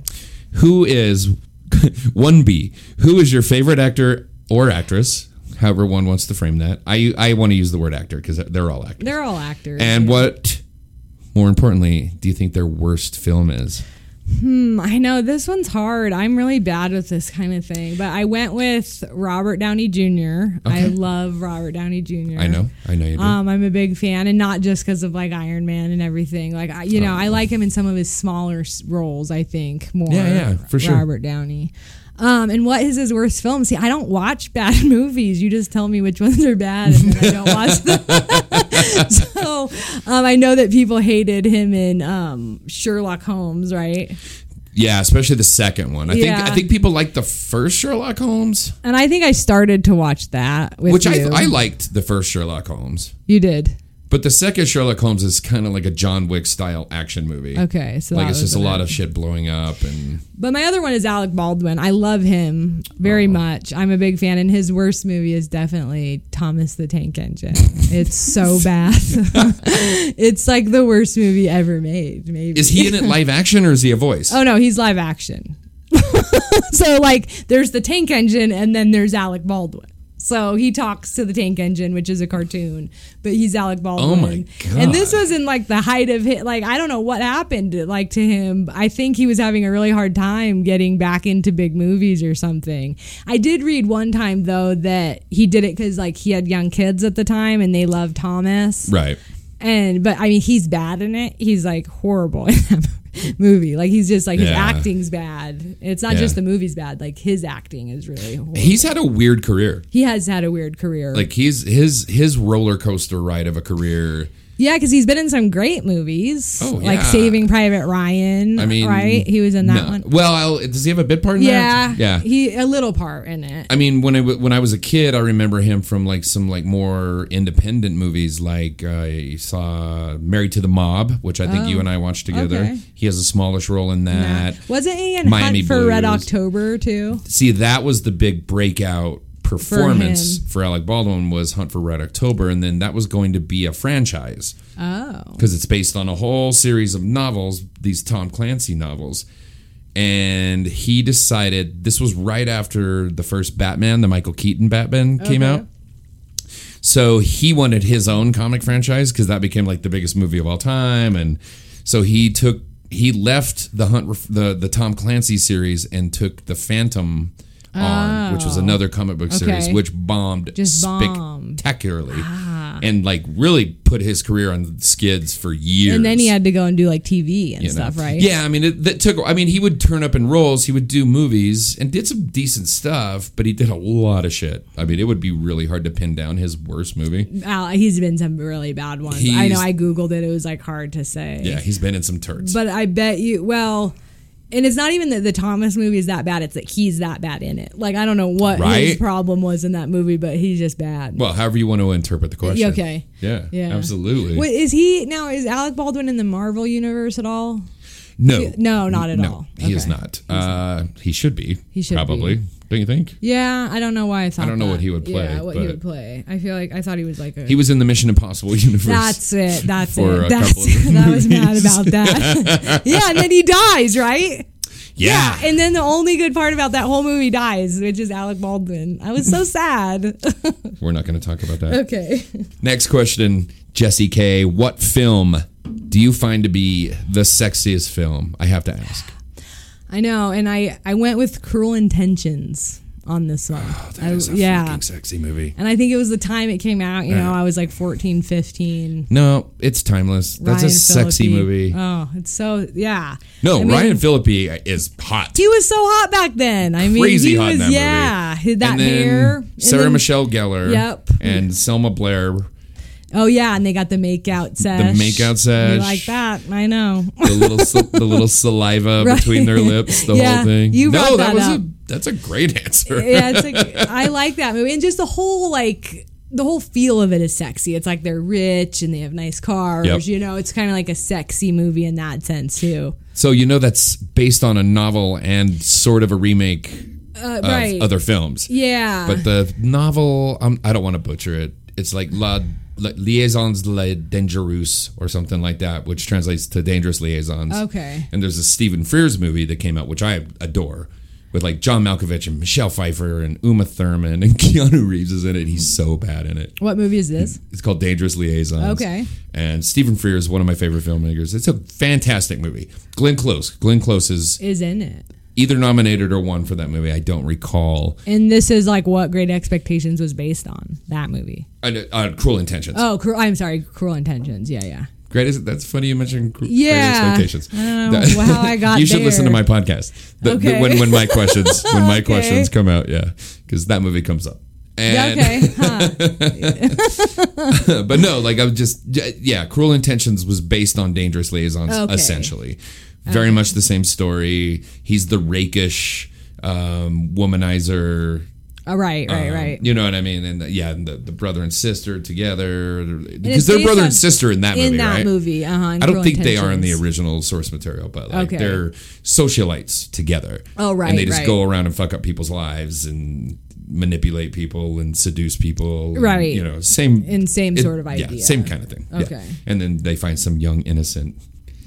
[SPEAKER 5] Who is, *laughs* 1B, who is your favorite actor or actress, however one wants to frame that? I, I want to use the word actor because they're all actors.
[SPEAKER 6] They're all actors.
[SPEAKER 5] And what, more importantly, do you think their worst film is?
[SPEAKER 6] Um, I know this one's hard. I'm really bad with this kind of thing, but I went with Robert Downey Jr. I love Robert Downey Jr.
[SPEAKER 5] I know, I know you do.
[SPEAKER 6] Um, I'm a big fan, and not just because of like Iron Man and everything. Like, I, you
[SPEAKER 5] Oh.
[SPEAKER 6] know, I like him in some of his smaller s- roles. I think more.
[SPEAKER 5] Yeah, yeah, for sure.
[SPEAKER 6] Robert Downey. Um, and what is his worst film? See, I don't watch bad *laughs* movies. You just tell me which ones are bad, and then I don't watch them. *laughs*
[SPEAKER 5] *laughs*
[SPEAKER 6] so, um, I know that people hated him in um, Sherlock Holmes, right?
[SPEAKER 5] yeah, especially the second one. I
[SPEAKER 6] Yeah.
[SPEAKER 5] think I think people like the first Sherlock Holmes,
[SPEAKER 6] And I think I started to watch that with
[SPEAKER 5] which
[SPEAKER 6] you.
[SPEAKER 5] I I liked the first Sherlock Holmes,
[SPEAKER 6] you did.
[SPEAKER 5] but the second Sherlock Holmes is kind of like a John Wick style action movie.
[SPEAKER 6] Okay, so
[SPEAKER 5] like
[SPEAKER 6] that
[SPEAKER 5] it's just a
[SPEAKER 6] wasn't
[SPEAKER 5] lot
[SPEAKER 6] it.
[SPEAKER 5] of shit blowing up
[SPEAKER 6] *laughs*
[SPEAKER 5] and
[SPEAKER 6] But my other one is Alec Baldwin. I love him
[SPEAKER 5] Oh.
[SPEAKER 6] very much. I'm a big fan, and his worst movie is definitely Thomas the Tank Engine.
[SPEAKER 5] *laughs*
[SPEAKER 6] it's so bad. *laughs* it's like the worst movie ever made. Maybe
[SPEAKER 5] is he in it live action or is he a voice?
[SPEAKER 6] Oh no, he's live *laughs* action. so like, there's the Tank Engine, and then there's Alec Baldwin. So he talks to the tank engine, which is a cartoon, but he's Alec Baldwin.
[SPEAKER 5] Oh my God.
[SPEAKER 6] And this was in like the height of hit. Like I don't know what happened like to him. I think he was having a really hard time getting back into big movies or something. I did read one time though that he did it because like he had young kids at the time and they loved Thomas.
[SPEAKER 5] Right.
[SPEAKER 6] And but I mean, he's bad in it. He's like horrible in that *laughs* movie. Like he's just like his
[SPEAKER 5] Yeah.
[SPEAKER 6] acting's bad. It's not
[SPEAKER 5] Yeah.
[SPEAKER 6] just the movie's bad. Like his acting is really. Horrible. He,
[SPEAKER 5] He's had a weird career.
[SPEAKER 6] has had a weird career.
[SPEAKER 5] Like he's his his roller coaster ride of a career.
[SPEAKER 6] yeah, because he's been in some great movies.
[SPEAKER 5] Oh,
[SPEAKER 6] Like
[SPEAKER 5] yeah.
[SPEAKER 6] Saving Private Ryan.
[SPEAKER 5] I mean,
[SPEAKER 6] right? He was in that
[SPEAKER 5] No.
[SPEAKER 6] one.
[SPEAKER 5] Well, I'll, does he have a bit part in
[SPEAKER 6] Yeah.
[SPEAKER 5] that? Yeah.
[SPEAKER 6] He a little part in it.
[SPEAKER 5] I mean, when I w- when I was a kid, I remember him from like some like more independent movies. Like I saw Married to the Mob, which I think you and I watched together.
[SPEAKER 6] okay.
[SPEAKER 5] He has a smallish role in that.
[SPEAKER 6] Wasn't he in
[SPEAKER 5] Miami
[SPEAKER 6] Hunt for Red
[SPEAKER 5] Blues.
[SPEAKER 6] October too?
[SPEAKER 5] See, that was the big breakout performance for, Alec Baldwin was Hunt for Red October, and then that was going to be a franchise
[SPEAKER 6] Oh.
[SPEAKER 5] because it's based on a whole series of novels, these Tom Clancy novels. And he decided this was right after the first Batman, the Michael Keaton Batman came out. So he wanted his own comic franchise because that became like the biggest movie of all time, and so he took he left the hunt the the Tom Clancy series and took the Phantom on, which was another comic book series,
[SPEAKER 6] Oh. Okay.
[SPEAKER 5] which bombed
[SPEAKER 6] Just bombed.
[SPEAKER 5] spectacularly,
[SPEAKER 6] Ah.
[SPEAKER 5] and like really put his career on skids for years.
[SPEAKER 6] And then he had to go and do like TV and
[SPEAKER 5] you know?
[SPEAKER 6] stuff, right?
[SPEAKER 5] Yeah, I mean, it, that took. I mean, he would turn up in roles, he would do movies, and did some decent stuff, but he did a lot of shit. I mean, it would be really hard to pin down his worst movie.
[SPEAKER 6] Al, he's been some really bad ones. I
[SPEAKER 5] He's-
[SPEAKER 6] know I googled it; it was like hard to say.
[SPEAKER 5] Yeah, he's been in some turds.
[SPEAKER 6] But I bet you. Well, and it's not even that the Thomas movie is that bad; it's that he's that bad in it. Like I don't know what his
[SPEAKER 5] Right?
[SPEAKER 6] problem was in that movie, but he's just bad.
[SPEAKER 5] well, however you want to interpret the question.
[SPEAKER 6] Yeah, okay.
[SPEAKER 5] Yeah.
[SPEAKER 6] Yeah.
[SPEAKER 5] Absolutely.
[SPEAKER 6] Wait, is he now? Is Alec Baldwin in the Marvel universe at all?
[SPEAKER 5] no.
[SPEAKER 6] No, not at all.
[SPEAKER 5] He is
[SPEAKER 6] Okay.
[SPEAKER 5] not. Uh, he should be.
[SPEAKER 6] He should
[SPEAKER 5] probably.
[SPEAKER 6] be.
[SPEAKER 5] Don't you think?
[SPEAKER 6] Yeah, I don't know why I thought.
[SPEAKER 5] don't know
[SPEAKER 6] that.
[SPEAKER 5] what he would play,
[SPEAKER 6] Yeah, what he
[SPEAKER 5] but-
[SPEAKER 6] would play. I feel like I thought he was like a.
[SPEAKER 5] He was in the Mission Impossible *laughs* universe.
[SPEAKER 6] that's it. That's
[SPEAKER 5] for
[SPEAKER 6] it.
[SPEAKER 5] a
[SPEAKER 6] That's
[SPEAKER 5] couple of
[SPEAKER 6] *laughs* it. I was mad about that. *laughs* yeah, and then he dies, right?
[SPEAKER 5] yeah.
[SPEAKER 6] And then the only good part about that whole movie dies, which is Alec Baldwin. I was so sad.
[SPEAKER 5] We're not going to talk about that.
[SPEAKER 6] okay.
[SPEAKER 5] Next question, Jesse K. What film do you find to be the sexiest film? I have to ask.
[SPEAKER 6] I know, and I I went with Cruel Intentions on this one.
[SPEAKER 5] Oh,
[SPEAKER 6] I- yeah.
[SPEAKER 5] sexy movie.
[SPEAKER 6] And I think it was the time it came out, you know, I was like 14, 15.
[SPEAKER 5] No, it's timeless. That's
[SPEAKER 6] Ryan
[SPEAKER 5] a sexy
[SPEAKER 6] Phillippe.
[SPEAKER 5] movie.
[SPEAKER 6] Oh, it's so yeah.
[SPEAKER 5] no,
[SPEAKER 6] I mean,
[SPEAKER 5] Ryan Phillippe is hot.
[SPEAKER 6] He was so hot back then. I mean,
[SPEAKER 5] crazy
[SPEAKER 6] he
[SPEAKER 5] hot
[SPEAKER 6] was
[SPEAKER 5] in that
[SPEAKER 6] yeah,
[SPEAKER 5] movie.
[SPEAKER 6] He- that
[SPEAKER 5] and then
[SPEAKER 6] hair. and
[SPEAKER 5] Sarah
[SPEAKER 6] then-
[SPEAKER 5] Michelle Gellar.
[SPEAKER 6] Yep.
[SPEAKER 5] And Selma Blair.
[SPEAKER 6] Oh yeah, and they got the makeout sesh.
[SPEAKER 5] makeout sesh.
[SPEAKER 6] You like that? I know.
[SPEAKER 5] The little sal- the little saliva
[SPEAKER 6] *laughs* Right.
[SPEAKER 5] between their lips. The
[SPEAKER 6] Yeah,
[SPEAKER 5] whole thing.
[SPEAKER 6] you
[SPEAKER 5] no,
[SPEAKER 6] brought
[SPEAKER 5] that
[SPEAKER 6] that
[SPEAKER 5] was
[SPEAKER 6] up.
[SPEAKER 5] a that's a great answer.
[SPEAKER 6] yeah, it's like I like that movie, and just the whole like the whole feel of it is sexy. It's like they're rich and they have nice cars.
[SPEAKER 5] Yep.
[SPEAKER 6] You know, it's kind of like a sexy movie in that sense too.
[SPEAKER 5] So you know that's based on a novel and sort of a remake of
[SPEAKER 6] Uh, right.
[SPEAKER 5] Uh, other films.
[SPEAKER 6] Yeah,
[SPEAKER 5] But the novel, um, I don't want to butcher it. It's like La, La Liaisons La Dangerous or something like that, which translates to Dangerous Liaisons.
[SPEAKER 6] Okay.
[SPEAKER 5] And there's a Stephen Frears movie that came out, which I adore, with like John Malkovich and Michelle Pfeiffer and Uma Thurman and *laughs* Keanu Reeves is in it. He's so bad in it.
[SPEAKER 6] what movie is this?
[SPEAKER 5] It's called Dangerous Liaisons.
[SPEAKER 6] Okay.
[SPEAKER 5] And Stephen Frears is one of my favorite filmmakers. It's a fantastic movie. Glenn Close. Glenn Close is
[SPEAKER 6] Is in it,
[SPEAKER 5] either nominated or won for that movie. I don't recall.
[SPEAKER 6] and this is like what Great Expectations was based on. That movie.
[SPEAKER 5] Uh, uh, Cruel Intentions.
[SPEAKER 6] Oh, cru- I'm sorry, Cruel Intentions. Yeah, yeah.
[SPEAKER 5] Great is that's funny you mentioned cr-
[SPEAKER 6] Yeah.
[SPEAKER 5] great expectations.
[SPEAKER 6] I
[SPEAKER 5] *laughs*
[SPEAKER 6] don't know how I got
[SPEAKER 5] you should listen to
[SPEAKER 6] there.
[SPEAKER 5] my podcast. The- the-
[SPEAKER 6] Okay.
[SPEAKER 5] when when my
[SPEAKER 6] *laughs*
[SPEAKER 5] questions when my
[SPEAKER 6] Okay.
[SPEAKER 5] questions come out, yeah, because that movie comes up.
[SPEAKER 6] Yeah,
[SPEAKER 5] And,
[SPEAKER 6] okay. Huh. *laughs*
[SPEAKER 5] but no, like I was just yeah, Cruel Intentions was based on Dangerous Liaisons
[SPEAKER 6] Okay.
[SPEAKER 5] essentially. Very much the same story. He's the rakish um, womanizer. um,
[SPEAKER 6] All right, right, right.
[SPEAKER 5] You know what I mean? And the, yeah, and the, the brother and sister together because
[SPEAKER 6] it's
[SPEAKER 5] they're
[SPEAKER 6] based
[SPEAKER 5] brother
[SPEAKER 6] on-
[SPEAKER 5] and sister in that
[SPEAKER 6] in
[SPEAKER 5] movie,
[SPEAKER 6] that
[SPEAKER 5] right?
[SPEAKER 6] movie, uh-huh, in
[SPEAKER 5] I don't
[SPEAKER 6] Cruel
[SPEAKER 5] think they are in the
[SPEAKER 6] Intentions.
[SPEAKER 5] original source material, but like
[SPEAKER 6] Okay.
[SPEAKER 5] they're socialites together.
[SPEAKER 6] Oh, right,
[SPEAKER 5] and they just
[SPEAKER 6] right.
[SPEAKER 5] go around and fuck up people's lives and manipulate people and seduce people. and,
[SPEAKER 6] Right.
[SPEAKER 5] you know, same
[SPEAKER 6] And same sort of
[SPEAKER 5] Yeah,
[SPEAKER 6] idea.
[SPEAKER 5] same kind of thing. Yeah.
[SPEAKER 6] Okay.
[SPEAKER 5] and then they find some young innocent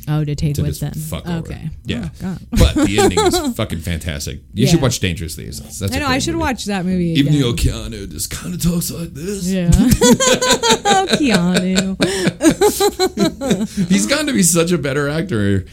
[SPEAKER 6] Oh, to take
[SPEAKER 5] to
[SPEAKER 6] with
[SPEAKER 5] just
[SPEAKER 6] them.
[SPEAKER 5] fuck over.
[SPEAKER 6] okay.
[SPEAKER 5] Yeah.
[SPEAKER 6] Oh, God.
[SPEAKER 5] but the ending
[SPEAKER 6] *laughs*
[SPEAKER 5] is fucking fantastic. You should
[SPEAKER 6] Yeah.
[SPEAKER 5] watch Dangerous Liaisons. That's
[SPEAKER 6] I
[SPEAKER 5] a
[SPEAKER 6] know.
[SPEAKER 5] great
[SPEAKER 6] I should
[SPEAKER 5] movie.
[SPEAKER 6] watch that movie.
[SPEAKER 5] Even
[SPEAKER 6] again.
[SPEAKER 5] though Keanu just kind of talks like this,
[SPEAKER 6] Yeah. *laughs* oh, Keanu.
[SPEAKER 5] he's gone to be such a better actor.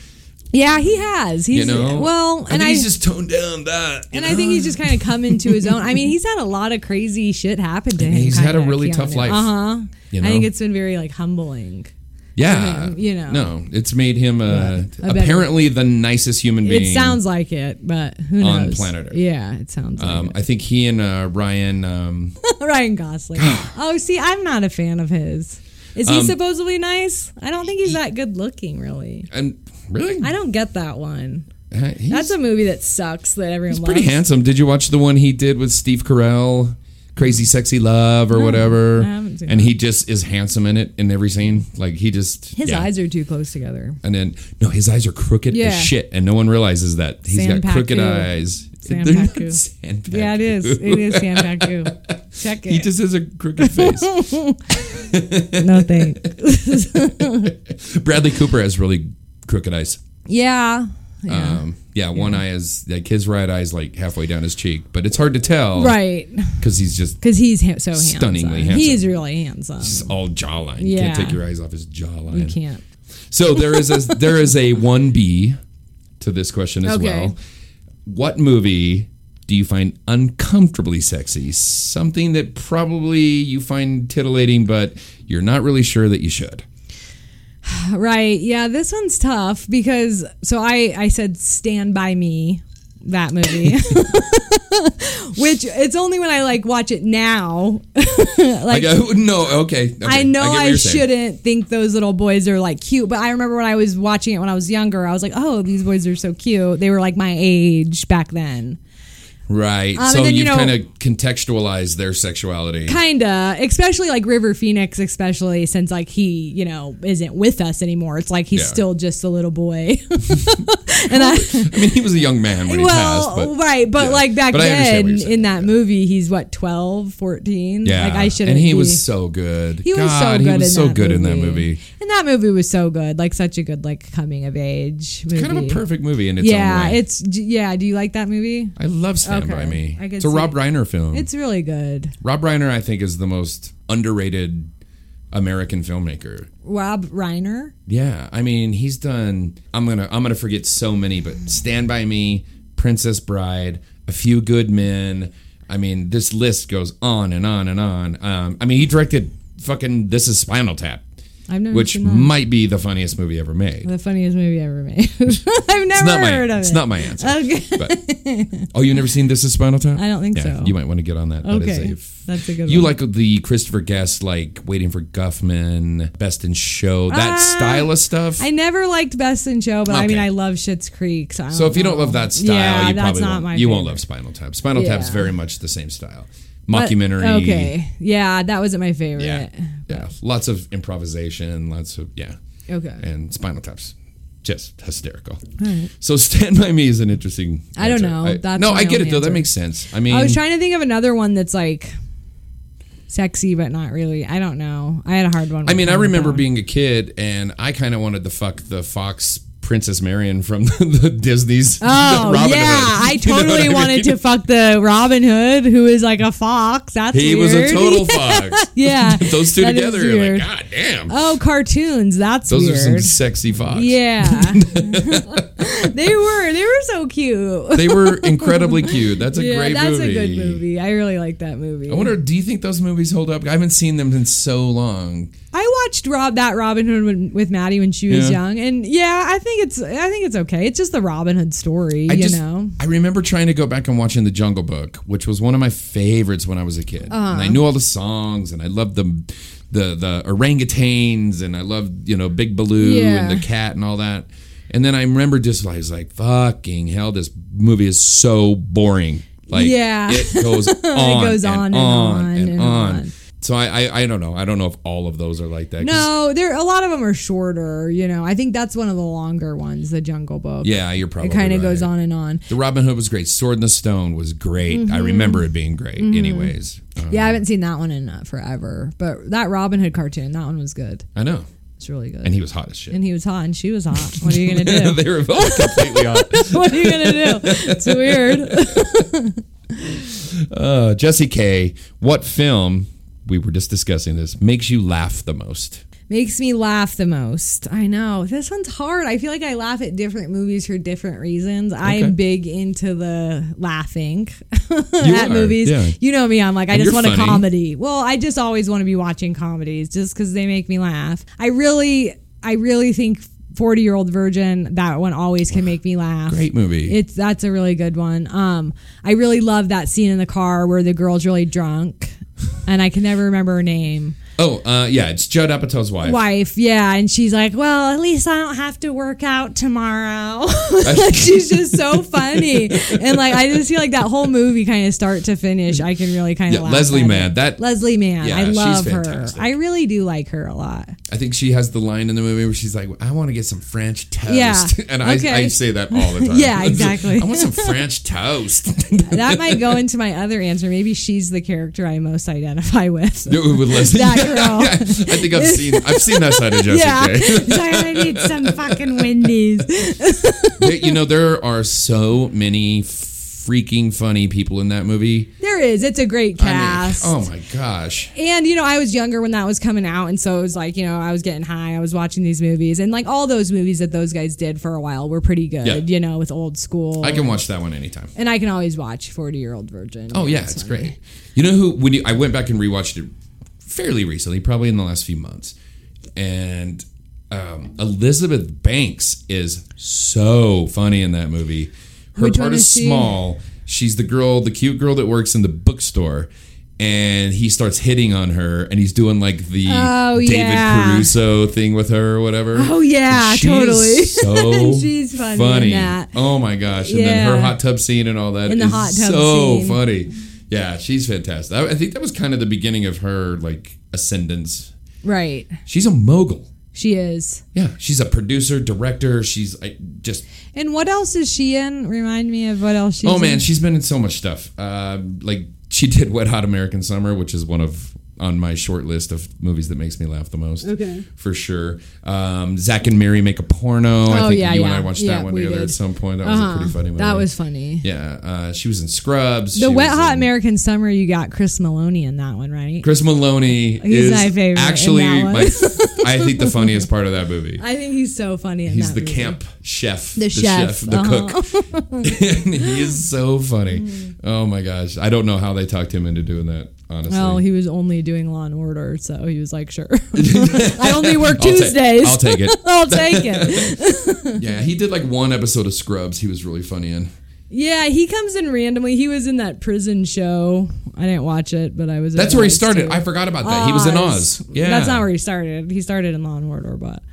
[SPEAKER 6] Yeah, he has.
[SPEAKER 5] you
[SPEAKER 6] He's
[SPEAKER 5] know,
[SPEAKER 6] well,
[SPEAKER 5] I
[SPEAKER 6] and
[SPEAKER 5] think
[SPEAKER 6] I
[SPEAKER 5] he's just toned down that. you
[SPEAKER 6] and
[SPEAKER 5] know?
[SPEAKER 6] I think he's just kind of come into his own. I mean, he's had a lot of crazy shit happen to him.
[SPEAKER 5] he's had a
[SPEAKER 6] kinda,
[SPEAKER 5] really tough life,
[SPEAKER 6] Uh huh.
[SPEAKER 5] you
[SPEAKER 6] I think
[SPEAKER 5] know?
[SPEAKER 6] it's been very like humbling.
[SPEAKER 5] yeah,
[SPEAKER 6] him, you know.
[SPEAKER 5] no, it's made him uh,
[SPEAKER 6] I bet-
[SPEAKER 5] apparently the nicest human being.
[SPEAKER 6] It sounds like it, but who knows?
[SPEAKER 5] on planet Earth.
[SPEAKER 6] Yeah, it sounds like
[SPEAKER 5] Um,
[SPEAKER 6] it.
[SPEAKER 5] I think he and uh, Ryan. Um,
[SPEAKER 6] *laughs* Ryan
[SPEAKER 5] *gasps*
[SPEAKER 6] Gosling. oh, see, I'm not a fan of his. Is he
[SPEAKER 5] Um,
[SPEAKER 6] supposedly nice? I don't think he's that good looking, really.
[SPEAKER 5] and really,
[SPEAKER 6] I don't get that one.
[SPEAKER 5] Uh, he's,
[SPEAKER 6] That's a movie that sucks that everyone
[SPEAKER 5] he's
[SPEAKER 6] loves.
[SPEAKER 5] pretty handsome. Did you watch the one he did with Steve Carell, Crazy Sexy Love or whatever?
[SPEAKER 6] I haven't seen
[SPEAKER 5] and
[SPEAKER 6] that.
[SPEAKER 5] he just is handsome in it in every scene. Like he just
[SPEAKER 6] His
[SPEAKER 5] yeah.
[SPEAKER 6] eyes are too close together.
[SPEAKER 5] And then no, his eyes are crooked
[SPEAKER 6] Yeah.
[SPEAKER 5] as shit, and no one realizes that he's got
[SPEAKER 6] Sanpaku.
[SPEAKER 5] crooked eyes.
[SPEAKER 6] Sanpaku.
[SPEAKER 5] They're not Sanpaku.
[SPEAKER 6] Yeah, it is. It is Sam Paku.
[SPEAKER 5] *laughs*
[SPEAKER 6] Check it.
[SPEAKER 5] He just has a
[SPEAKER 6] *laughs*
[SPEAKER 5] crooked face.
[SPEAKER 6] no thanks.
[SPEAKER 5] Bradley Cooper has really crooked eyes.
[SPEAKER 6] Yeah. Yeah.
[SPEAKER 5] Um, yeah, one eye is like his right eye is like halfway down his cheek, but it's hard to tell,
[SPEAKER 6] right.
[SPEAKER 5] Because he's just
[SPEAKER 6] Because he's ha- so handsome.
[SPEAKER 5] Stunningly
[SPEAKER 6] He's
[SPEAKER 5] handsome.
[SPEAKER 6] really handsome.
[SPEAKER 5] he's all jawline. You can't
[SPEAKER 6] Yeah.
[SPEAKER 5] take your eyes off his jawline.
[SPEAKER 6] You can't.
[SPEAKER 5] So there is a there is a one B to this question as
[SPEAKER 6] Okay.
[SPEAKER 5] well. What movie do you find uncomfortably sexy? Something that probably you find titillating, but you're not really sure that you should.
[SPEAKER 6] Right. Yeah, this one's tough because so I I said Stand by Me that movie. *laughs* Which it's only when I like watch it now.
[SPEAKER 5] I
[SPEAKER 6] like
[SPEAKER 5] go, *laughs* no, okay. okay,
[SPEAKER 6] I
[SPEAKER 5] get
[SPEAKER 6] know
[SPEAKER 5] what
[SPEAKER 6] I,
[SPEAKER 5] you're saying.
[SPEAKER 6] shouldn't think those little boys are like cute, but I remember when I was watching it when I was younger, I was like, "Oh, these boys are so cute." They were like my age back then.
[SPEAKER 5] Right.
[SPEAKER 6] Um, and
[SPEAKER 5] so
[SPEAKER 6] then, you
[SPEAKER 5] you've
[SPEAKER 6] know-
[SPEAKER 5] kind of contextualized their
[SPEAKER 6] *laughs*
[SPEAKER 5] sexuality.
[SPEAKER 6] Kinda, especially like River Phoenix, especially since like he, you know, isn't with us anymore. It's like he's
[SPEAKER 5] Yeah.
[SPEAKER 6] still just a
[SPEAKER 5] *laughs*
[SPEAKER 6] little boy. *laughs* and I
[SPEAKER 5] I mean, he was a young man when he
[SPEAKER 6] well,
[SPEAKER 5] passed, but
[SPEAKER 6] right, but
[SPEAKER 5] yeah.
[SPEAKER 6] like back
[SPEAKER 5] But I understand what
[SPEAKER 6] then
[SPEAKER 5] you're saying,
[SPEAKER 6] in that movie, he's what 12, 14?
[SPEAKER 5] yeah,
[SPEAKER 6] like I should.
[SPEAKER 5] and he was so good.
[SPEAKER 6] He was so
[SPEAKER 5] God,
[SPEAKER 6] good.
[SPEAKER 5] He was
[SPEAKER 6] in
[SPEAKER 5] so
[SPEAKER 6] that
[SPEAKER 5] good
[SPEAKER 6] movie.
[SPEAKER 5] in that movie.
[SPEAKER 6] and that movie was so good, like such a good like coming of age movie.
[SPEAKER 5] Kind of a perfect movie in its own
[SPEAKER 6] Yeah,
[SPEAKER 5] way.
[SPEAKER 6] it's d- yeah. Do you like that movie?
[SPEAKER 5] I love Stand
[SPEAKER 6] Okay,
[SPEAKER 5] by Me.
[SPEAKER 6] I can
[SPEAKER 5] It's a
[SPEAKER 6] see
[SPEAKER 5] Rob
[SPEAKER 6] it.
[SPEAKER 5] Reiner film.
[SPEAKER 6] It's really good.
[SPEAKER 5] Rob Reiner, I think, is the most underrated American filmmaker.
[SPEAKER 6] Rob Reiner.
[SPEAKER 5] Yeah, I mean, he's done. I'm gonna I'm gonna forget so many, but Stand by Me, Princess Bride, A Few Good Men. I mean, this list goes on and on and on. Um, I mean, he directed fucking This Is Spinal Tap,
[SPEAKER 6] I've never
[SPEAKER 5] which
[SPEAKER 6] seen that.
[SPEAKER 5] might be the funniest movie ever made.
[SPEAKER 6] the funniest movie ever made. *laughs* I've never
[SPEAKER 5] It's not my
[SPEAKER 6] heard of
[SPEAKER 5] it's
[SPEAKER 6] it.
[SPEAKER 5] not my answer.
[SPEAKER 6] *laughs* Okay.
[SPEAKER 5] But, oh, you've never seen This Is Spinal Tap?
[SPEAKER 6] I don't think
[SPEAKER 5] Yeah,
[SPEAKER 6] so.
[SPEAKER 5] You might want to get on that. That is
[SPEAKER 6] Okay,
[SPEAKER 5] a f-
[SPEAKER 6] that's a good
[SPEAKER 5] You
[SPEAKER 6] one.
[SPEAKER 5] like the Christopher Guest, like Waiting for Guffman, Best in Show, that
[SPEAKER 6] Ah,
[SPEAKER 5] style of stuff.
[SPEAKER 6] I never liked Best in Show, but I mean,
[SPEAKER 5] Okay.
[SPEAKER 6] I love Schitt's Creek. So, I
[SPEAKER 5] so if you don't
[SPEAKER 6] know.
[SPEAKER 5] love that style,
[SPEAKER 6] yeah,
[SPEAKER 5] you
[SPEAKER 6] that's
[SPEAKER 5] probably
[SPEAKER 6] not
[SPEAKER 5] won't,
[SPEAKER 6] my
[SPEAKER 5] you won't
[SPEAKER 6] favorite.
[SPEAKER 5] love Spinal Tap. Spinal Tap's
[SPEAKER 6] Yeah.
[SPEAKER 5] very much the same style,
[SPEAKER 6] But-
[SPEAKER 5] mockumentary.
[SPEAKER 6] Okay, yeah, that wasn't my favorite.
[SPEAKER 5] Yeah, yeah. Lots of improvisation. Lots of yeah.
[SPEAKER 6] Okay.
[SPEAKER 5] and Spinal Tap's just hysterical. So Stand by Me is an interesting.
[SPEAKER 6] I don't
[SPEAKER 5] answer.
[SPEAKER 6] know. That's
[SPEAKER 5] no,
[SPEAKER 6] my
[SPEAKER 5] I get it
[SPEAKER 6] only
[SPEAKER 5] though. That
[SPEAKER 6] answer. Oh,
[SPEAKER 5] makes sense. I mean,
[SPEAKER 6] I was trying to think of another one that's like sexy but not really. I don't know. I had a hard one.
[SPEAKER 5] I mean, I
[SPEAKER 6] with
[SPEAKER 5] remember
[SPEAKER 6] that one.
[SPEAKER 5] being *laughs* a kid and I kind of wanted to fuck the Fox Princess Marion from *laughs* the, Disney's *laughs*
[SPEAKER 6] Oh
[SPEAKER 5] Robin
[SPEAKER 6] yeah, I
[SPEAKER 5] Hood. *laughs* You know what
[SPEAKER 6] totally
[SPEAKER 5] I
[SPEAKER 6] wanted
[SPEAKER 5] mean?
[SPEAKER 6] to fuck the Robin Hood, who is like a fox. That's
[SPEAKER 5] He was a
[SPEAKER 6] weird. *laughs*
[SPEAKER 5] total fox.
[SPEAKER 6] Yeah,
[SPEAKER 5] *laughs* Those two
[SPEAKER 6] that is
[SPEAKER 5] together, you're
[SPEAKER 6] weird.
[SPEAKER 5] like, God damn.
[SPEAKER 6] Oh, cartoons. That's
[SPEAKER 5] Those
[SPEAKER 6] weird.
[SPEAKER 5] are some sexy fox.
[SPEAKER 6] yeah,
[SPEAKER 5] *laughs*
[SPEAKER 6] they were. They were so cute.
[SPEAKER 5] They were incredibly cute. That's a
[SPEAKER 6] *laughs* yeah,
[SPEAKER 5] great
[SPEAKER 6] that's
[SPEAKER 5] movie.
[SPEAKER 6] a good movie. I really like that movie.
[SPEAKER 5] I wonder, do you think those movies hold up? I haven't seen them in so long.
[SPEAKER 6] I watched Rob that Robin Hood when- with Maddie when she was
[SPEAKER 5] Yeah.
[SPEAKER 6] young, and yeah, I think it's I think it's okay. It's just the Robin Hood story,
[SPEAKER 5] I
[SPEAKER 6] you
[SPEAKER 5] just,
[SPEAKER 6] know.
[SPEAKER 5] I remember trying to go back and watching The Jungle Book, which was one of my favorites when I was a kid. And
[SPEAKER 6] Uh-huh.
[SPEAKER 5] I knew all the songs, and I loved the the the orangutans, and I loved you know Big Baloo
[SPEAKER 6] Yeah.
[SPEAKER 5] and the cat and all that. And then I remember just I was like, "Fucking hell, this movie is so boring." Like,
[SPEAKER 6] Yeah.
[SPEAKER 5] it
[SPEAKER 6] *laughs*
[SPEAKER 5] goes on,
[SPEAKER 6] goes
[SPEAKER 5] and on,
[SPEAKER 6] on and on
[SPEAKER 5] and,
[SPEAKER 6] and
[SPEAKER 5] on.
[SPEAKER 6] on.
[SPEAKER 5] So I, I I don't know. I don't know if all of those are like that. 'cause-
[SPEAKER 6] No, there a lot of them are shorter. You know, I think that's one of the longer ones, The Jungle Book.
[SPEAKER 5] Yeah, you're probably.
[SPEAKER 6] it kind of
[SPEAKER 5] right.
[SPEAKER 6] goes on and on.
[SPEAKER 5] The Robin Hood was great. Sword in the Stone was great. I
[SPEAKER 6] Mm-hmm.
[SPEAKER 5] remember it being great. Anyways, Uh,
[SPEAKER 6] Yeah, I haven't seen that one in uh, forever, but that Robin Hood cartoon, that one was good.
[SPEAKER 5] I know.
[SPEAKER 6] It's really good.
[SPEAKER 5] and he was hot as shit.
[SPEAKER 6] And he was hot, and she was hot.
[SPEAKER 5] *laughs*
[SPEAKER 6] What are you gonna do?
[SPEAKER 5] they were both completely hot.
[SPEAKER 6] *laughs* what are you gonna do? It's weird.
[SPEAKER 5] Uh, Jesse K, what film we were just discussing this makes you laugh the most?
[SPEAKER 6] Makes me laugh the most. I know this one's hard. I feel like I laugh at different movies for different reasons.
[SPEAKER 5] Okay.
[SPEAKER 6] I'm big into the
[SPEAKER 5] *laughs*
[SPEAKER 6] laughing
[SPEAKER 5] are,
[SPEAKER 6] at movies.
[SPEAKER 5] yeah.
[SPEAKER 6] You know me. I'm like I
[SPEAKER 5] And
[SPEAKER 6] just
[SPEAKER 5] you're
[SPEAKER 6] want a
[SPEAKER 5] funny.
[SPEAKER 6] comedy. Well, I just always want to be watching comedies just because they make me laugh. I really, I really think. 40 year old virgin that one always can make me laugh
[SPEAKER 5] Great movie.
[SPEAKER 6] It's that's a really good one. Um, I really love that scene in the car where the girl's really drunk, and I can never remember her name.
[SPEAKER 5] oh, uh, yeah, it's Judd Apatow's wife.
[SPEAKER 6] Wife, yeah, and she's like, "Well, at least I don't have to work out tomorrow." *laughs* Like, she's just so funny, and like I just feel like that whole movie, kind of start to finish, I can really kind of
[SPEAKER 5] Yeah,
[SPEAKER 6] laugh
[SPEAKER 5] Leslie
[SPEAKER 6] at
[SPEAKER 5] Mann,
[SPEAKER 6] it.
[SPEAKER 5] that-
[SPEAKER 6] Leslie Mann,
[SPEAKER 5] Yeah,
[SPEAKER 6] I
[SPEAKER 5] she's
[SPEAKER 6] love her.
[SPEAKER 5] fantastic.
[SPEAKER 6] I really do like her a lot.
[SPEAKER 5] I think she has the line in the movie where she's like, "I want to get some French toast,"
[SPEAKER 6] Yeah,
[SPEAKER 5] *laughs* and I,
[SPEAKER 6] okay.
[SPEAKER 5] I say that all the time.
[SPEAKER 6] *laughs* Yeah,
[SPEAKER 5] *laughs*
[SPEAKER 6] exactly.
[SPEAKER 5] I want some French toast. *laughs*
[SPEAKER 6] That might go into my other answer. Maybe she's the character I most identify with.
[SPEAKER 5] With Leslie, *laughs*
[SPEAKER 6] That
[SPEAKER 5] Yeah,
[SPEAKER 6] girl.
[SPEAKER 5] yeah. I think I've seen I've seen that side
[SPEAKER 6] *laughs*
[SPEAKER 5] of Jesse
[SPEAKER 6] yeah,
[SPEAKER 5] K.
[SPEAKER 6] Sorry, I need some fucking Wendy's.
[SPEAKER 5] There- you know, there are so many freaking funny people in that movie.
[SPEAKER 6] There is. It's a great
[SPEAKER 5] I mean,
[SPEAKER 6] cast.
[SPEAKER 5] oh my gosh.
[SPEAKER 6] And you know, I was younger when that was coming out, and so it was like, you know, I was getting high. I was watching these movies, and like all those movies that those guys did for a while were pretty good.
[SPEAKER 5] Yeah.
[SPEAKER 6] You know, with old school.
[SPEAKER 5] I can watch that one anytime.
[SPEAKER 6] and I can always watch Forty Year Old Virgin.
[SPEAKER 5] Oh yeah,
[SPEAKER 6] That's
[SPEAKER 5] it's
[SPEAKER 6] funny.
[SPEAKER 5] great. You know who? When you, I went back and rewatched it fairly recently, probably in the last few months, and um, Elizabeth Banks is so funny in that movie. Her
[SPEAKER 6] Which
[SPEAKER 5] part
[SPEAKER 6] one
[SPEAKER 5] is,
[SPEAKER 6] is she?
[SPEAKER 5] small. She's the girl, the cute girl that works in the bookstore. And he starts hitting on her, and he's doing like the
[SPEAKER 6] Oh,
[SPEAKER 5] David
[SPEAKER 6] yeah.
[SPEAKER 5] Caruso thing with her or whatever.
[SPEAKER 6] Oh, yeah,
[SPEAKER 5] And she is
[SPEAKER 6] totally.
[SPEAKER 5] So
[SPEAKER 6] *laughs* She's funny in that.
[SPEAKER 5] Oh my gosh! And then her
[SPEAKER 6] Yeah.
[SPEAKER 5] hot tub scene and all that
[SPEAKER 6] In the
[SPEAKER 5] is
[SPEAKER 6] hot tub
[SPEAKER 5] so
[SPEAKER 6] scene.
[SPEAKER 5] funny. Yeah, she's fantastic. I, I think that was kind of the beginning of her like ascendance.
[SPEAKER 6] Right.
[SPEAKER 5] She's a mogul.
[SPEAKER 6] She is.
[SPEAKER 5] Yeah, she's a producer, director. She's I, just
[SPEAKER 6] And what else is she in? Remind me of what else she's.
[SPEAKER 5] oh man,
[SPEAKER 6] in.
[SPEAKER 5] she's been in so much stuff. Uh, like she *laughs* did Wet Hot American Summer, which is one of on my short list of movies that makes me laugh the most. Okay, for sure. Um, Zach and Mary make a porno. I
[SPEAKER 6] Oh,
[SPEAKER 5] think
[SPEAKER 6] yeah,
[SPEAKER 5] you and
[SPEAKER 6] yeah.
[SPEAKER 5] I watched
[SPEAKER 6] Yeah,
[SPEAKER 5] that one
[SPEAKER 6] we
[SPEAKER 5] together
[SPEAKER 6] did. Uh-huh.
[SPEAKER 5] at some point. That was a pretty funny movie.
[SPEAKER 6] That was funny.
[SPEAKER 5] Yeah, uh, she was in Scrubs.
[SPEAKER 6] The
[SPEAKER 5] She
[SPEAKER 6] Wet
[SPEAKER 5] was
[SPEAKER 6] Hot
[SPEAKER 5] in-
[SPEAKER 6] American Summer. You got Chris Maloney in that one, right?
[SPEAKER 5] Chris Maloney
[SPEAKER 6] He's
[SPEAKER 5] is
[SPEAKER 6] my favorite in
[SPEAKER 5] actually
[SPEAKER 6] that one.
[SPEAKER 5] my. I think the funniest part of that movie.
[SPEAKER 6] *laughs* I think he's so funny. In
[SPEAKER 5] He's
[SPEAKER 6] that
[SPEAKER 5] the
[SPEAKER 6] movie.
[SPEAKER 5] camp chef, the,
[SPEAKER 6] chef, uh-huh.
[SPEAKER 5] the cook. and *laughs* he is so funny. Oh my gosh, I don't know how they talked him into doing that. Honestly,
[SPEAKER 6] Well, he was only doing Law and Order, so he was
[SPEAKER 5] *laughs*
[SPEAKER 6] like, "Sure, I only
[SPEAKER 5] I'll
[SPEAKER 6] work
[SPEAKER 5] ta-
[SPEAKER 6] Tuesdays.
[SPEAKER 5] I'll take it.
[SPEAKER 6] *laughs* I'll take
[SPEAKER 5] *laughs*
[SPEAKER 6] it."
[SPEAKER 5] yeah, he did like one episode of Scrubs. He was really funny in.
[SPEAKER 6] Yeah, he comes in randomly. He was in that prison show. I didn't watch it, but I was.
[SPEAKER 5] That's where he
[SPEAKER 6] advised
[SPEAKER 5] started.
[SPEAKER 6] to.
[SPEAKER 5] I forgot about that. He was in Oz. Yeah,
[SPEAKER 6] that's not where he started. He started in Law and Order, but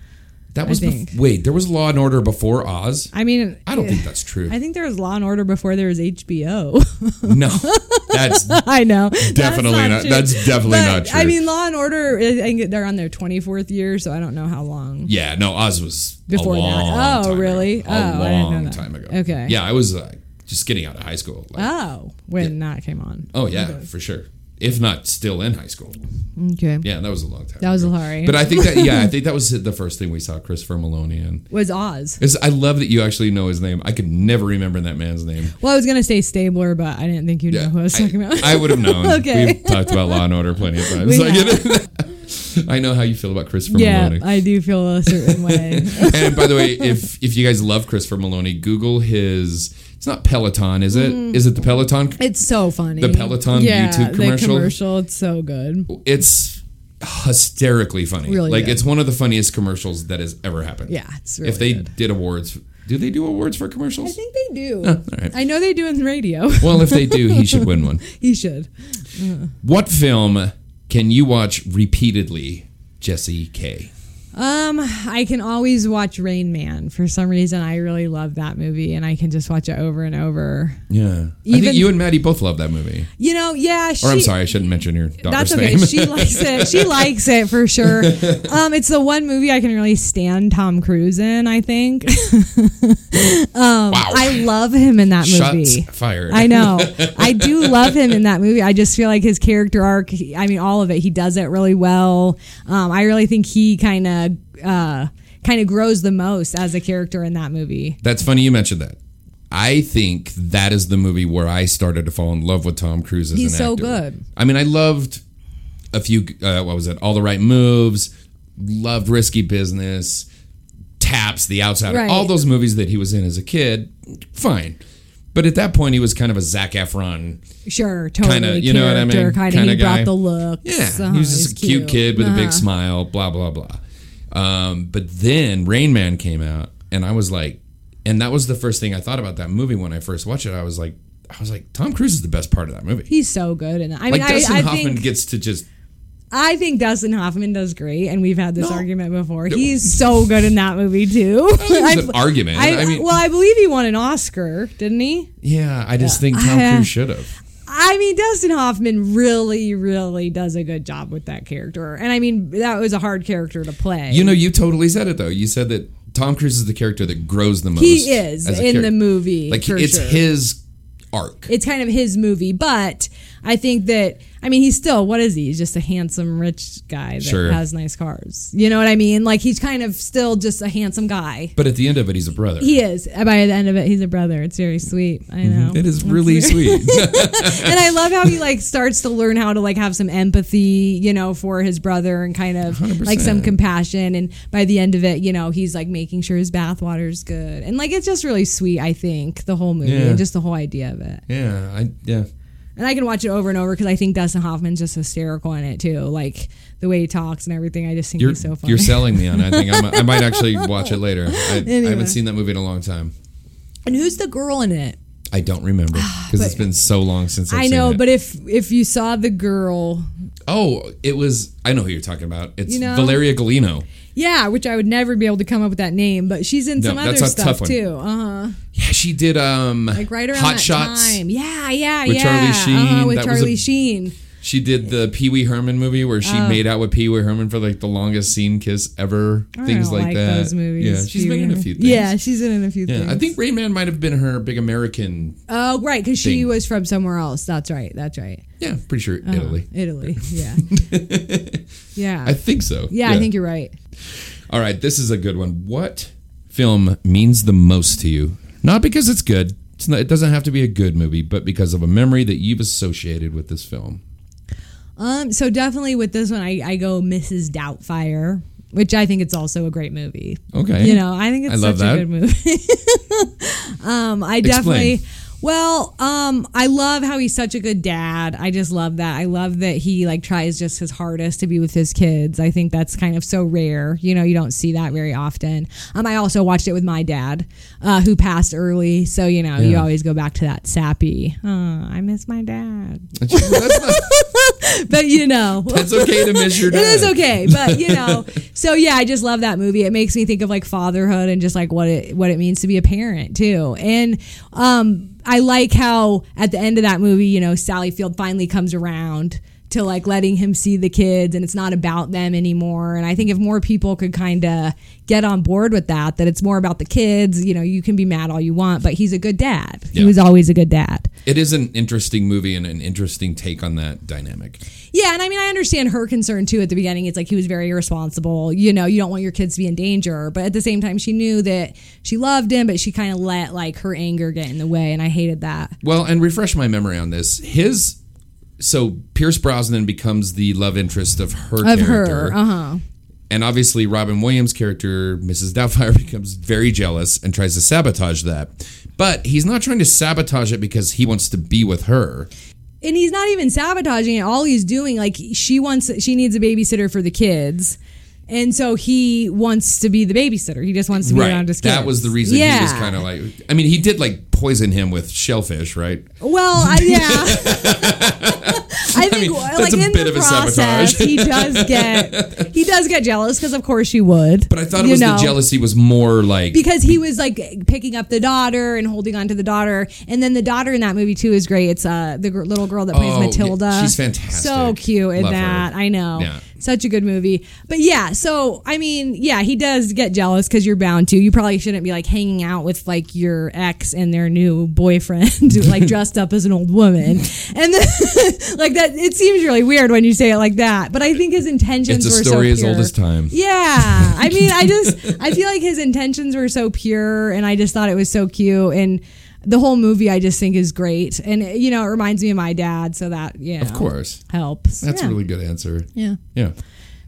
[SPEAKER 5] that was. bef-
[SPEAKER 6] think.
[SPEAKER 5] wait, there was Law and Order before Oz.
[SPEAKER 6] I mean,
[SPEAKER 5] I don't think that's true.
[SPEAKER 6] *laughs*
[SPEAKER 5] *laughs*
[SPEAKER 6] I think there was Law and Order before there was HBO.
[SPEAKER 5] no, *laughs* that's
[SPEAKER 6] *laughs* I know.
[SPEAKER 5] Definitely not- that's definitely
[SPEAKER 6] But,
[SPEAKER 5] not
[SPEAKER 6] I
[SPEAKER 5] true.
[SPEAKER 6] mean, Law and Order. I think they're on their twenty fourth year, so I don't know how long.
[SPEAKER 5] Yeah, no, Oz was
[SPEAKER 6] Before
[SPEAKER 5] a
[SPEAKER 6] that.
[SPEAKER 5] long
[SPEAKER 6] Oh,
[SPEAKER 5] time
[SPEAKER 6] really?
[SPEAKER 5] Ago.
[SPEAKER 6] Oh, I
[SPEAKER 5] a
[SPEAKER 6] didn't know
[SPEAKER 5] long
[SPEAKER 6] that.
[SPEAKER 5] time ago.
[SPEAKER 6] Okay.
[SPEAKER 5] Yeah, I was uh, just getting out of high school. Like,
[SPEAKER 6] Oh, when that came on.
[SPEAKER 5] oh yeah, for sure. If not still in high school.
[SPEAKER 6] Okay.
[SPEAKER 5] Yeah, that was a long time.
[SPEAKER 6] That was
[SPEAKER 5] ago.
[SPEAKER 6] hilarious.
[SPEAKER 5] But I think that
[SPEAKER 6] *laughs*
[SPEAKER 5] yeah, I think that was the first thing we saw Christopher Maloney in.
[SPEAKER 6] was Oz.
[SPEAKER 5] It's, I love that you actually know his name. I could never remember that man's name.
[SPEAKER 6] Well, I was gonna say Stabler, but I didn't think you'd know who I was talking about.
[SPEAKER 5] I
[SPEAKER 6] *laughs*
[SPEAKER 5] would have known.
[SPEAKER 6] Okay.
[SPEAKER 5] We've talked about Law and Order plenty of times. *laughs*
[SPEAKER 6] We
[SPEAKER 5] I, get it. *laughs* I know how you feel about Christopher
[SPEAKER 6] yeah,
[SPEAKER 5] Maloney.
[SPEAKER 6] I do feel a
[SPEAKER 5] *laughs*
[SPEAKER 6] certain way.
[SPEAKER 5] and by the way, if if you guys love Christopher Maloney, Google his. It's not Peloton, is it? Is it
[SPEAKER 6] Mm.
[SPEAKER 5] the Peloton?
[SPEAKER 6] It's so funny.
[SPEAKER 5] The Peloton
[SPEAKER 6] yeah,
[SPEAKER 5] YouTube commercial?
[SPEAKER 6] The commercial, it's so good.
[SPEAKER 5] It's hysterically funny.
[SPEAKER 6] Really
[SPEAKER 5] like
[SPEAKER 6] good.
[SPEAKER 5] it's one of the funniest commercials that has ever happened.
[SPEAKER 6] Yeah, it's really
[SPEAKER 5] if they
[SPEAKER 6] good.
[SPEAKER 5] did awards, do they do awards for
[SPEAKER 6] I
[SPEAKER 5] commercials?
[SPEAKER 6] think they do.
[SPEAKER 5] right.
[SPEAKER 6] I know they do in the radio.
[SPEAKER 5] Oh,
[SPEAKER 6] *laughs*
[SPEAKER 5] Well, if they do, he should win one.
[SPEAKER 6] he should.
[SPEAKER 5] What film can you watch repeatedly, Jesse K?
[SPEAKER 6] Um, I can always watch Rain Man. For some reason, I really love that movie, and I can just watch it over and over.
[SPEAKER 5] Yeah, I
[SPEAKER 6] Even-
[SPEAKER 5] think you and Maddie both love that movie.
[SPEAKER 6] You know, yeah. She,
[SPEAKER 5] Or I'm sorry, I shouldn't mention your daughter's
[SPEAKER 6] That's okay.
[SPEAKER 5] name. *laughs*
[SPEAKER 6] She likes it. She likes it for sure. Um, it's the one movie I can really stand Tom Cruise in. I think *laughs* Um,
[SPEAKER 5] wow,
[SPEAKER 6] I love him in that movie.
[SPEAKER 5] shots fired. *laughs*
[SPEAKER 6] I know. I do love him in that movie. I just feel like his character arc, he- I mean, all of it, he does it really well. Um, I really think he kind of Lena uh, kind of grows the most as a character in that movie.
[SPEAKER 5] That's funny you mentioned that. I think that is the movie where I started to fall in love with Tom Cruise as
[SPEAKER 6] He's
[SPEAKER 5] an
[SPEAKER 6] so
[SPEAKER 5] actor.
[SPEAKER 6] good.
[SPEAKER 5] I mean, I loved a few. Uh, what was it? All the right moves. Loved Risky Business. Taps the outside.
[SPEAKER 6] Right.
[SPEAKER 5] All those movies that he was in as a kid. Fine. But at that point, he was kind of a Zac Efron.
[SPEAKER 6] Sure, totally.
[SPEAKER 5] Kinda, you know what I mean?
[SPEAKER 6] Kind of,
[SPEAKER 5] Kinda
[SPEAKER 6] he
[SPEAKER 5] guy.
[SPEAKER 6] brought the looks.
[SPEAKER 5] Yeah,
[SPEAKER 6] Uh-huh,
[SPEAKER 5] he was just a
[SPEAKER 6] he's Uh-huh.
[SPEAKER 5] cute, kid with a big smile. Blah blah blah. Um, but then Rain Man came out, and I was like, and that was the first thing I thought about that movie when I first watched it. I was like, I was like, Tom Cruise is the best part of that movie.
[SPEAKER 6] He's so good, and I mean,
[SPEAKER 5] like Dustin
[SPEAKER 6] I, I
[SPEAKER 5] Hoffman
[SPEAKER 6] think
[SPEAKER 5] gets to just
[SPEAKER 6] I think Dustin Hoffman does great, and we've had this
[SPEAKER 5] No.
[SPEAKER 6] argument before. He's so good in that movie too.
[SPEAKER 5] think it's
[SPEAKER 6] *laughs* *laughs* I-
[SPEAKER 5] an argument. I mean-
[SPEAKER 6] well, I believe he won an Oscar, didn't he?
[SPEAKER 5] yeah. I just think Tom
[SPEAKER 6] I-
[SPEAKER 5] Cruise should have.
[SPEAKER 6] I mean, Dustin Hoffman really, really does a good job with that character, and I mean, that was a hard character to play.
[SPEAKER 5] You know, you totally said it though. You said that Tom Cruise is the character that grows the most.
[SPEAKER 6] he is
[SPEAKER 5] as a
[SPEAKER 6] in
[SPEAKER 5] character.
[SPEAKER 6] the movie.
[SPEAKER 5] Like
[SPEAKER 6] for
[SPEAKER 5] it's
[SPEAKER 6] sure.
[SPEAKER 5] his arc.
[SPEAKER 6] it's kind of his movie, but I think that I mean he's still what is he? He's just a handsome rich guy that
[SPEAKER 5] Sure.
[SPEAKER 6] has nice cars. You know what I mean? Like he's kind of still just a handsome guy.
[SPEAKER 5] but at the end of it, he's a brother.
[SPEAKER 6] He is. By the end of it, he's a brother. It's very sweet. I know.
[SPEAKER 5] Mm-hmm. it is
[SPEAKER 6] *laughs*
[SPEAKER 5] really sweet. *laughs*
[SPEAKER 6] and I love how he like starts to learn how to like have some empathy, you know, for his brother and kind of like some
[SPEAKER 5] 100%.
[SPEAKER 6] compassion. And by the end of it, you know, he's like making sure his bathwater's good. And like it's just really sweet, I think, the whole movie
[SPEAKER 5] Yeah.
[SPEAKER 6] and just the whole idea of it.
[SPEAKER 5] yeah, I yeah.
[SPEAKER 6] And I can watch it over and over because I think Dustin Hoffman's just hysterical in it too. Like the way he talks and everything. I just think
[SPEAKER 5] You're
[SPEAKER 6] he's so funny.
[SPEAKER 5] you're selling me on. it. I think I might, I might
[SPEAKER 6] *laughs*
[SPEAKER 5] actually watch it later. I, I
[SPEAKER 6] Anyway.
[SPEAKER 5] haven't seen that movie in a long time.
[SPEAKER 6] and who's the girl in it?
[SPEAKER 5] I don't remember
[SPEAKER 6] *sighs*
[SPEAKER 5] because it's been so long since I've
[SPEAKER 6] I know,
[SPEAKER 5] seen it.
[SPEAKER 6] but if if you saw the girl,
[SPEAKER 5] oh, it was. I know who you're talking about. It's
[SPEAKER 6] You know?
[SPEAKER 5] Valeria Galino.
[SPEAKER 6] yeah, which I would never be able to come up with that name, but she's in
[SPEAKER 5] No,
[SPEAKER 6] some other
[SPEAKER 5] that's a tough
[SPEAKER 6] stuff
[SPEAKER 5] one.
[SPEAKER 6] too. Uh huh.
[SPEAKER 5] Yeah, she did. Um,
[SPEAKER 6] Like right around
[SPEAKER 5] Hot
[SPEAKER 6] that
[SPEAKER 5] Shots.
[SPEAKER 6] time. Yeah, yeah,
[SPEAKER 5] With
[SPEAKER 6] yeah.
[SPEAKER 5] Charlie Sheen.
[SPEAKER 6] Uh-huh, with
[SPEAKER 5] That was a-
[SPEAKER 6] Charlie Sheen.
[SPEAKER 5] She did the Pee Wee Herman movie where
[SPEAKER 6] Oh.
[SPEAKER 5] she made out with Pee Wee Herman for like the longest scene kiss ever.
[SPEAKER 6] I
[SPEAKER 5] things
[SPEAKER 6] don't
[SPEAKER 5] like, that.
[SPEAKER 6] Those movies.
[SPEAKER 5] Yeah, she's
[SPEAKER 6] Phoebe
[SPEAKER 5] been in a
[SPEAKER 6] Harris.
[SPEAKER 5] few things.
[SPEAKER 6] Yeah, she's in a few
[SPEAKER 5] Yeah,
[SPEAKER 6] things.
[SPEAKER 5] I think Rain Man might have been her big American.
[SPEAKER 6] Oh, right, because she
[SPEAKER 5] thing.
[SPEAKER 6] was from somewhere else. That's right. That's right.
[SPEAKER 5] Yeah, pretty sure
[SPEAKER 6] Oh.
[SPEAKER 5] Italy.
[SPEAKER 6] Italy.
[SPEAKER 5] *laughs*
[SPEAKER 6] Yeah. yeah.
[SPEAKER 5] I think so.
[SPEAKER 6] yeah, I think you're right.
[SPEAKER 5] All right, this is a good one. What film means the most to you? Not because it's good. It's not, it doesn't have to be a good movie, but because of a memory that you've associated with this film.
[SPEAKER 6] Um, so definitely with this one, I, I go Mrs. Doubtfire, which I think it's also a great movie.
[SPEAKER 5] Okay.
[SPEAKER 6] You know, I think it's
[SPEAKER 5] I love
[SPEAKER 6] such
[SPEAKER 5] that.
[SPEAKER 6] a good movie. *laughs* um, I definitely. Well, um, I love how he's such a good dad. I just love that. I love that he like tries just his hardest to be with his kids. I think that's kind of so rare. You know, you don't see that very often. Um, I also watched it with my dad, uh, who passed early. So you know, you
[SPEAKER 5] Yeah.
[SPEAKER 6] always go back to that sappy. "Oh, I miss my dad,
[SPEAKER 5] that's, not,
[SPEAKER 6] *laughs* but you know,
[SPEAKER 5] that's okay to miss your dad.
[SPEAKER 6] *laughs* it is okay, but you know. so yeah, I just love that movie. It makes me think of like fatherhood and just like what it what it means to be a parent too. And um, I like how at the end of that movie, you know, Sally Field finally comes around to like letting him see the kids and it's not about them anymore and i think if more people could kind of get on board with that that it's more about the kids you know you can be mad all you want but he's a good dad he
[SPEAKER 5] Yeah.
[SPEAKER 6] was always a good dad
[SPEAKER 5] It is an interesting movie and an interesting take on that dynamic.
[SPEAKER 6] Yeah, and I mean, I understand her concern too at the beginning. It's like he was very irresponsible. You know, you don't want your kids to be in danger. But at the same time, she knew that she loved him, but she kind of let like her anger get in the way. And I hated that.
[SPEAKER 5] Well, and refresh my memory on this. His so Pierce Brosnan becomes the love interest of her
[SPEAKER 6] Of
[SPEAKER 5] character.
[SPEAKER 6] her. Uh huh.
[SPEAKER 5] And obviously, Robin Williams' character, Mrs. Doubtfire, *laughs* becomes very jealous and tries to sabotage that. But he's not trying to sabotage it because he wants to be with her.
[SPEAKER 6] And he's not even sabotaging it. All he's doing, like, she wants, she needs a babysitter for the kids. And so he wants to be the babysitter. He just wants to be around his kids.
[SPEAKER 5] That was the reason
[SPEAKER 6] yeah.
[SPEAKER 5] he was kind of like. I mean, he did like poison him with shellfish, right?
[SPEAKER 6] Well,
[SPEAKER 5] *laughs*
[SPEAKER 6] I, yeah. I think
[SPEAKER 5] mean,
[SPEAKER 6] like
[SPEAKER 5] that's a
[SPEAKER 6] in
[SPEAKER 5] bit
[SPEAKER 6] the
[SPEAKER 5] of a
[SPEAKER 6] process,
[SPEAKER 5] sabotage.
[SPEAKER 6] he does get he does get jealous because of course she would.
[SPEAKER 5] But I thought it
[SPEAKER 6] you
[SPEAKER 5] was
[SPEAKER 6] know,
[SPEAKER 5] the jealousy was more like.
[SPEAKER 6] because he was like picking up the daughter and holding on to the daughter, and then the daughter in that movie too is great. It's uh the gr- little girl that plays
[SPEAKER 5] Oh, yeah.
[SPEAKER 6] Matilda.
[SPEAKER 5] She's fantastic.
[SPEAKER 6] So cute in
[SPEAKER 5] Love her.
[SPEAKER 6] that. I know.
[SPEAKER 5] Yeah.
[SPEAKER 6] Such a good movie. But yeah, so I mean, yeah, he does get jealous because you're bound to. You probably shouldn't be like hanging out with like your ex and their new boyfriend, *laughs* like dressed up as an old woman. And then, *laughs* like that, it seems really weird when you say it like that. But I think his intentions
[SPEAKER 5] It's a
[SPEAKER 6] were so
[SPEAKER 5] story as
[SPEAKER 6] pure.
[SPEAKER 5] old as time.
[SPEAKER 6] Yeah. I mean, I just
[SPEAKER 5] *laughs*
[SPEAKER 6] I feel like his intentions were so pure and I just thought it was so cute and the whole movie I just think is great. And you know, it reminds me of my dad, so that yeah.
[SPEAKER 5] Of course.
[SPEAKER 6] Helps.
[SPEAKER 5] That's
[SPEAKER 6] yeah.
[SPEAKER 5] a really good answer.
[SPEAKER 6] Yeah.
[SPEAKER 5] Yeah.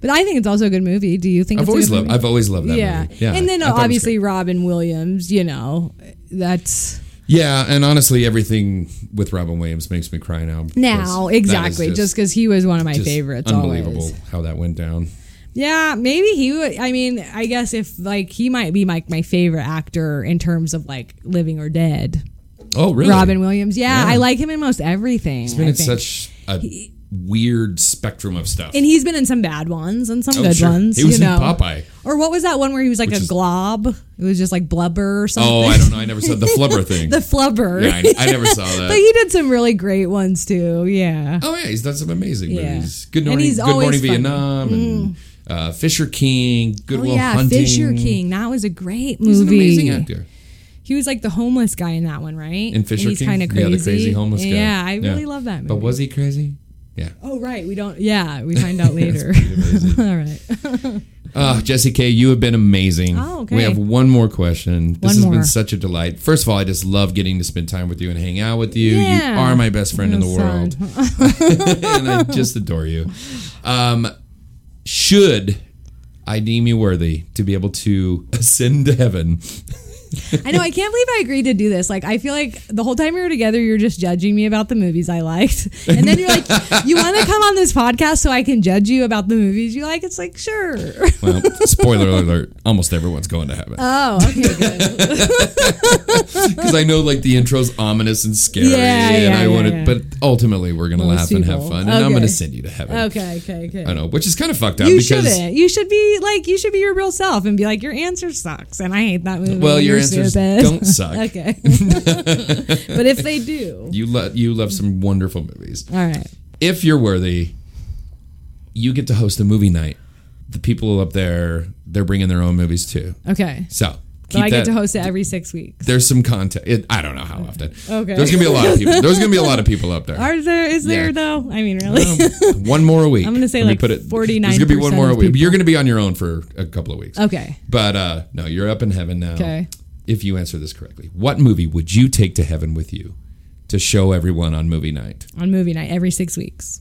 [SPEAKER 6] But I think it's also a good movie. Do you think
[SPEAKER 5] I've
[SPEAKER 6] it's
[SPEAKER 5] always
[SPEAKER 6] a good
[SPEAKER 5] loved
[SPEAKER 6] movie?
[SPEAKER 5] I've always loved that
[SPEAKER 6] yeah.
[SPEAKER 5] movie. Yeah.
[SPEAKER 6] And then uh,
[SPEAKER 5] I thought it was
[SPEAKER 6] obviously
[SPEAKER 5] great.
[SPEAKER 6] Robin Williams, you know, that's
[SPEAKER 5] Yeah, and honestly everything with Robin Williams makes me cry now. because
[SPEAKER 6] now
[SPEAKER 5] that is
[SPEAKER 6] exactly just because he was one of my
[SPEAKER 5] just
[SPEAKER 6] favorites.
[SPEAKER 5] Unbelievable
[SPEAKER 6] Always.
[SPEAKER 5] how that went down.
[SPEAKER 6] Yeah, maybe he would. I mean, I guess if like he might be like my favorite actor in terms of like living or dead.
[SPEAKER 5] Oh, really?
[SPEAKER 6] Robin Williams. Yeah,
[SPEAKER 5] Yeah.
[SPEAKER 6] I like him in most everything.
[SPEAKER 5] He's been
[SPEAKER 6] I
[SPEAKER 5] in
[SPEAKER 6] think.
[SPEAKER 5] such a weird spectrum of stuff.
[SPEAKER 6] and he's been in some bad ones and some
[SPEAKER 5] Oh,
[SPEAKER 6] good
[SPEAKER 5] sure.
[SPEAKER 6] ones.
[SPEAKER 5] He was
[SPEAKER 6] you
[SPEAKER 5] in
[SPEAKER 6] know.
[SPEAKER 5] Popeye.
[SPEAKER 6] Or what was that one where he was like
[SPEAKER 5] Which
[SPEAKER 6] a
[SPEAKER 5] is-
[SPEAKER 6] glob? It was just like blubber or something.
[SPEAKER 5] Oh, I don't know. I never saw the
[SPEAKER 6] *laughs*
[SPEAKER 5] flubber thing.
[SPEAKER 6] the flubber.
[SPEAKER 5] yeah,
[SPEAKER 6] *laughs*
[SPEAKER 5] I, I never saw that.
[SPEAKER 6] but he did some really great ones too. Yeah.
[SPEAKER 5] Oh yeah, he's done some amazing
[SPEAKER 6] Yeah.
[SPEAKER 5] movies. Good
[SPEAKER 6] And
[SPEAKER 5] morning,
[SPEAKER 6] he's
[SPEAKER 5] Good
[SPEAKER 6] always
[SPEAKER 5] morning
[SPEAKER 6] funny. Mm.
[SPEAKER 5] Vietnam, and uh, Fisher King, Good
[SPEAKER 6] Oh
[SPEAKER 5] Will
[SPEAKER 6] yeah,
[SPEAKER 5] Hunting.
[SPEAKER 6] Fisher King. That was a great movie.
[SPEAKER 5] He's an amazing actor.
[SPEAKER 6] He was like the homeless guy in that one, right?
[SPEAKER 5] And Fisher
[SPEAKER 6] he's
[SPEAKER 5] King,
[SPEAKER 6] kind of crazy.
[SPEAKER 5] yeah, the crazy homeless guy.
[SPEAKER 6] Yeah, I really love that movie.
[SPEAKER 5] But was he crazy? Yeah.
[SPEAKER 6] Oh right, we don't. Yeah,
[SPEAKER 5] *laughs*
[SPEAKER 6] we find out later. *laughs* All right.
[SPEAKER 5] Uh, Jesse K, you have been amazing.
[SPEAKER 6] Oh, okay.
[SPEAKER 5] We have one more question. This
[SPEAKER 6] One
[SPEAKER 5] has
[SPEAKER 6] more.
[SPEAKER 5] been such a delight. First of all, I just love getting to spend time with you and hang out with you.
[SPEAKER 6] Yeah.
[SPEAKER 5] You are my best friend in the
[SPEAKER 6] That's
[SPEAKER 5] world, *laughs*
[SPEAKER 6] sad.
[SPEAKER 5] and I just adore you. Um, should I deem you worthy to be able to ascend to heaven?
[SPEAKER 6] I know. I can't believe I agreed to do this. Like, I feel like the whole time we were together, you were just judging me about the movies I liked, and then you're like, "You want to come on this podcast so I can judge you about the movies you like?" It's like, sure.
[SPEAKER 5] Well,
[SPEAKER 6] *laughs*
[SPEAKER 5] spoiler alert, almost everyone's going to heaven.
[SPEAKER 6] Oh, okay, good.
[SPEAKER 5] Because I know like the intro's ominous and scary.
[SPEAKER 6] Yeah,
[SPEAKER 5] and
[SPEAKER 6] yeah,
[SPEAKER 5] I
[SPEAKER 6] yeah,
[SPEAKER 5] wanna
[SPEAKER 6] yeah.
[SPEAKER 5] but ultimately we're gonna
[SPEAKER 6] Most
[SPEAKER 5] laugh and have
[SPEAKER 6] people.
[SPEAKER 5] fun. And I'm gonna
[SPEAKER 6] Okay.
[SPEAKER 5] send you to heaven.
[SPEAKER 6] *laughs* okay, okay, okay.
[SPEAKER 5] I know, which is kind of fucked up
[SPEAKER 6] you
[SPEAKER 5] because
[SPEAKER 6] shouldn't. You should be like, you should be your real self and be like, your answer sucks, and I hate that movie.
[SPEAKER 5] Well,
[SPEAKER 6] and
[SPEAKER 5] your
[SPEAKER 6] you're
[SPEAKER 5] answers
[SPEAKER 6] stupid." *laughs*
[SPEAKER 5] don't suck. *laughs*
[SPEAKER 6] okay. but if they do,
[SPEAKER 5] you love you love some wonderful movies.
[SPEAKER 6] all right.
[SPEAKER 5] If you're worthy, you get to host a movie night. The people up there, they're bringing their own movies too.
[SPEAKER 6] Okay.
[SPEAKER 5] So
[SPEAKER 6] So I get
[SPEAKER 5] that-
[SPEAKER 6] to host it every six weeks.
[SPEAKER 5] There's some content. It, I don't know how often.
[SPEAKER 6] Okay.
[SPEAKER 5] There's gonna be a lot of people. There's gonna be a lot of people up there.
[SPEAKER 6] Are there? Is there
[SPEAKER 5] Yeah.
[SPEAKER 6] though? I mean, really?
[SPEAKER 5] Um, *laughs* one more a week.
[SPEAKER 6] I'm gonna say
[SPEAKER 5] Let me
[SPEAKER 6] like
[SPEAKER 5] There's gonna be one
[SPEAKER 6] 49%
[SPEAKER 5] more a
[SPEAKER 6] of
[SPEAKER 5] week. But You're
[SPEAKER 6] people.
[SPEAKER 5] gonna be on your own for a couple of weeks.
[SPEAKER 6] *laughs* okay.
[SPEAKER 5] But uh, no, you're up in heaven now.
[SPEAKER 6] Okay.
[SPEAKER 5] If you answer this correctly, what movie would you take to heaven with you to show everyone on movie night?
[SPEAKER 6] On movie night every six weeks.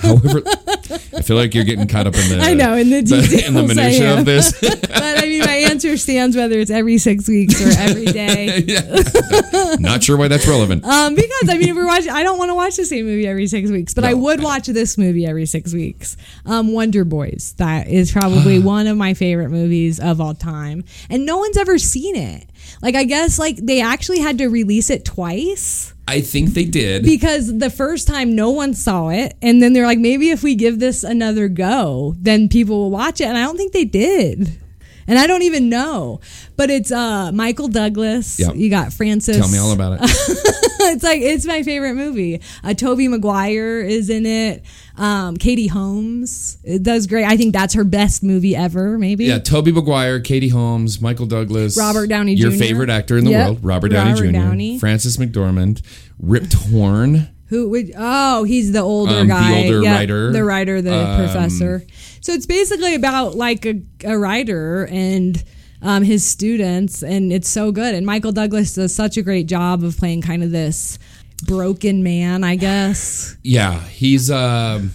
[SPEAKER 5] However, I feel like you're getting caught up in the
[SPEAKER 6] *laughs* I know, in the
[SPEAKER 5] in *laughs* the
[SPEAKER 6] details, I
[SPEAKER 5] minutia of
[SPEAKER 6] am.
[SPEAKER 5] this. *laughs*
[SPEAKER 6] But I mean, my answer stands whether it's every six weeks or
[SPEAKER 5] *laughs*
[SPEAKER 6] every day.
[SPEAKER 5] Yeah. Not sure why that's relevant.
[SPEAKER 6] Um, because I mean, if we're watching, I don't want to watch the same movie every six weeks, but I
[SPEAKER 5] No,
[SPEAKER 6] would
[SPEAKER 5] I
[SPEAKER 6] watch this movie every six weeks. Um, Wonder Boys. That is
[SPEAKER 5] *sighs*
[SPEAKER 6] probably one of my favorite movies of all time, and no one's ever seen it. Like, I guess like they actually had to release it twice.
[SPEAKER 5] I think they did.
[SPEAKER 6] because the first time no one saw it and then they're like maybe if we give this another go then people will watch it and i don't think they did and i don't even know but it's uh michael douglas
[SPEAKER 5] Yep.
[SPEAKER 6] you got francis
[SPEAKER 5] Tell me all about it.
[SPEAKER 6] *laughs* it's like it's my favorite movie uh toby maguire is in it um katie holmes it does great i think that's her best movie ever maybe
[SPEAKER 5] Yeah, Toby Maguire, Katie Holmes, Michael Douglas,
[SPEAKER 6] Robert Downey
[SPEAKER 5] your
[SPEAKER 6] Jr..
[SPEAKER 5] favorite actor in the
[SPEAKER 6] Yep.
[SPEAKER 5] world, Robert Downey
[SPEAKER 6] Robert
[SPEAKER 5] Jr.,
[SPEAKER 6] Downey.
[SPEAKER 5] Francis McDormand, Rip Torn.
[SPEAKER 6] Who would? Oh, he's the older
[SPEAKER 5] Um, the
[SPEAKER 6] guy,
[SPEAKER 5] older
[SPEAKER 6] Yeah,
[SPEAKER 5] writer.
[SPEAKER 6] the writer, the
[SPEAKER 5] Um,
[SPEAKER 6] professor. So it's basically about like a, a writer and um, his students, and it's so good. And Michael Douglas does such a great job of playing kind of this broken man, I guess.
[SPEAKER 5] Yeah, he's. Um,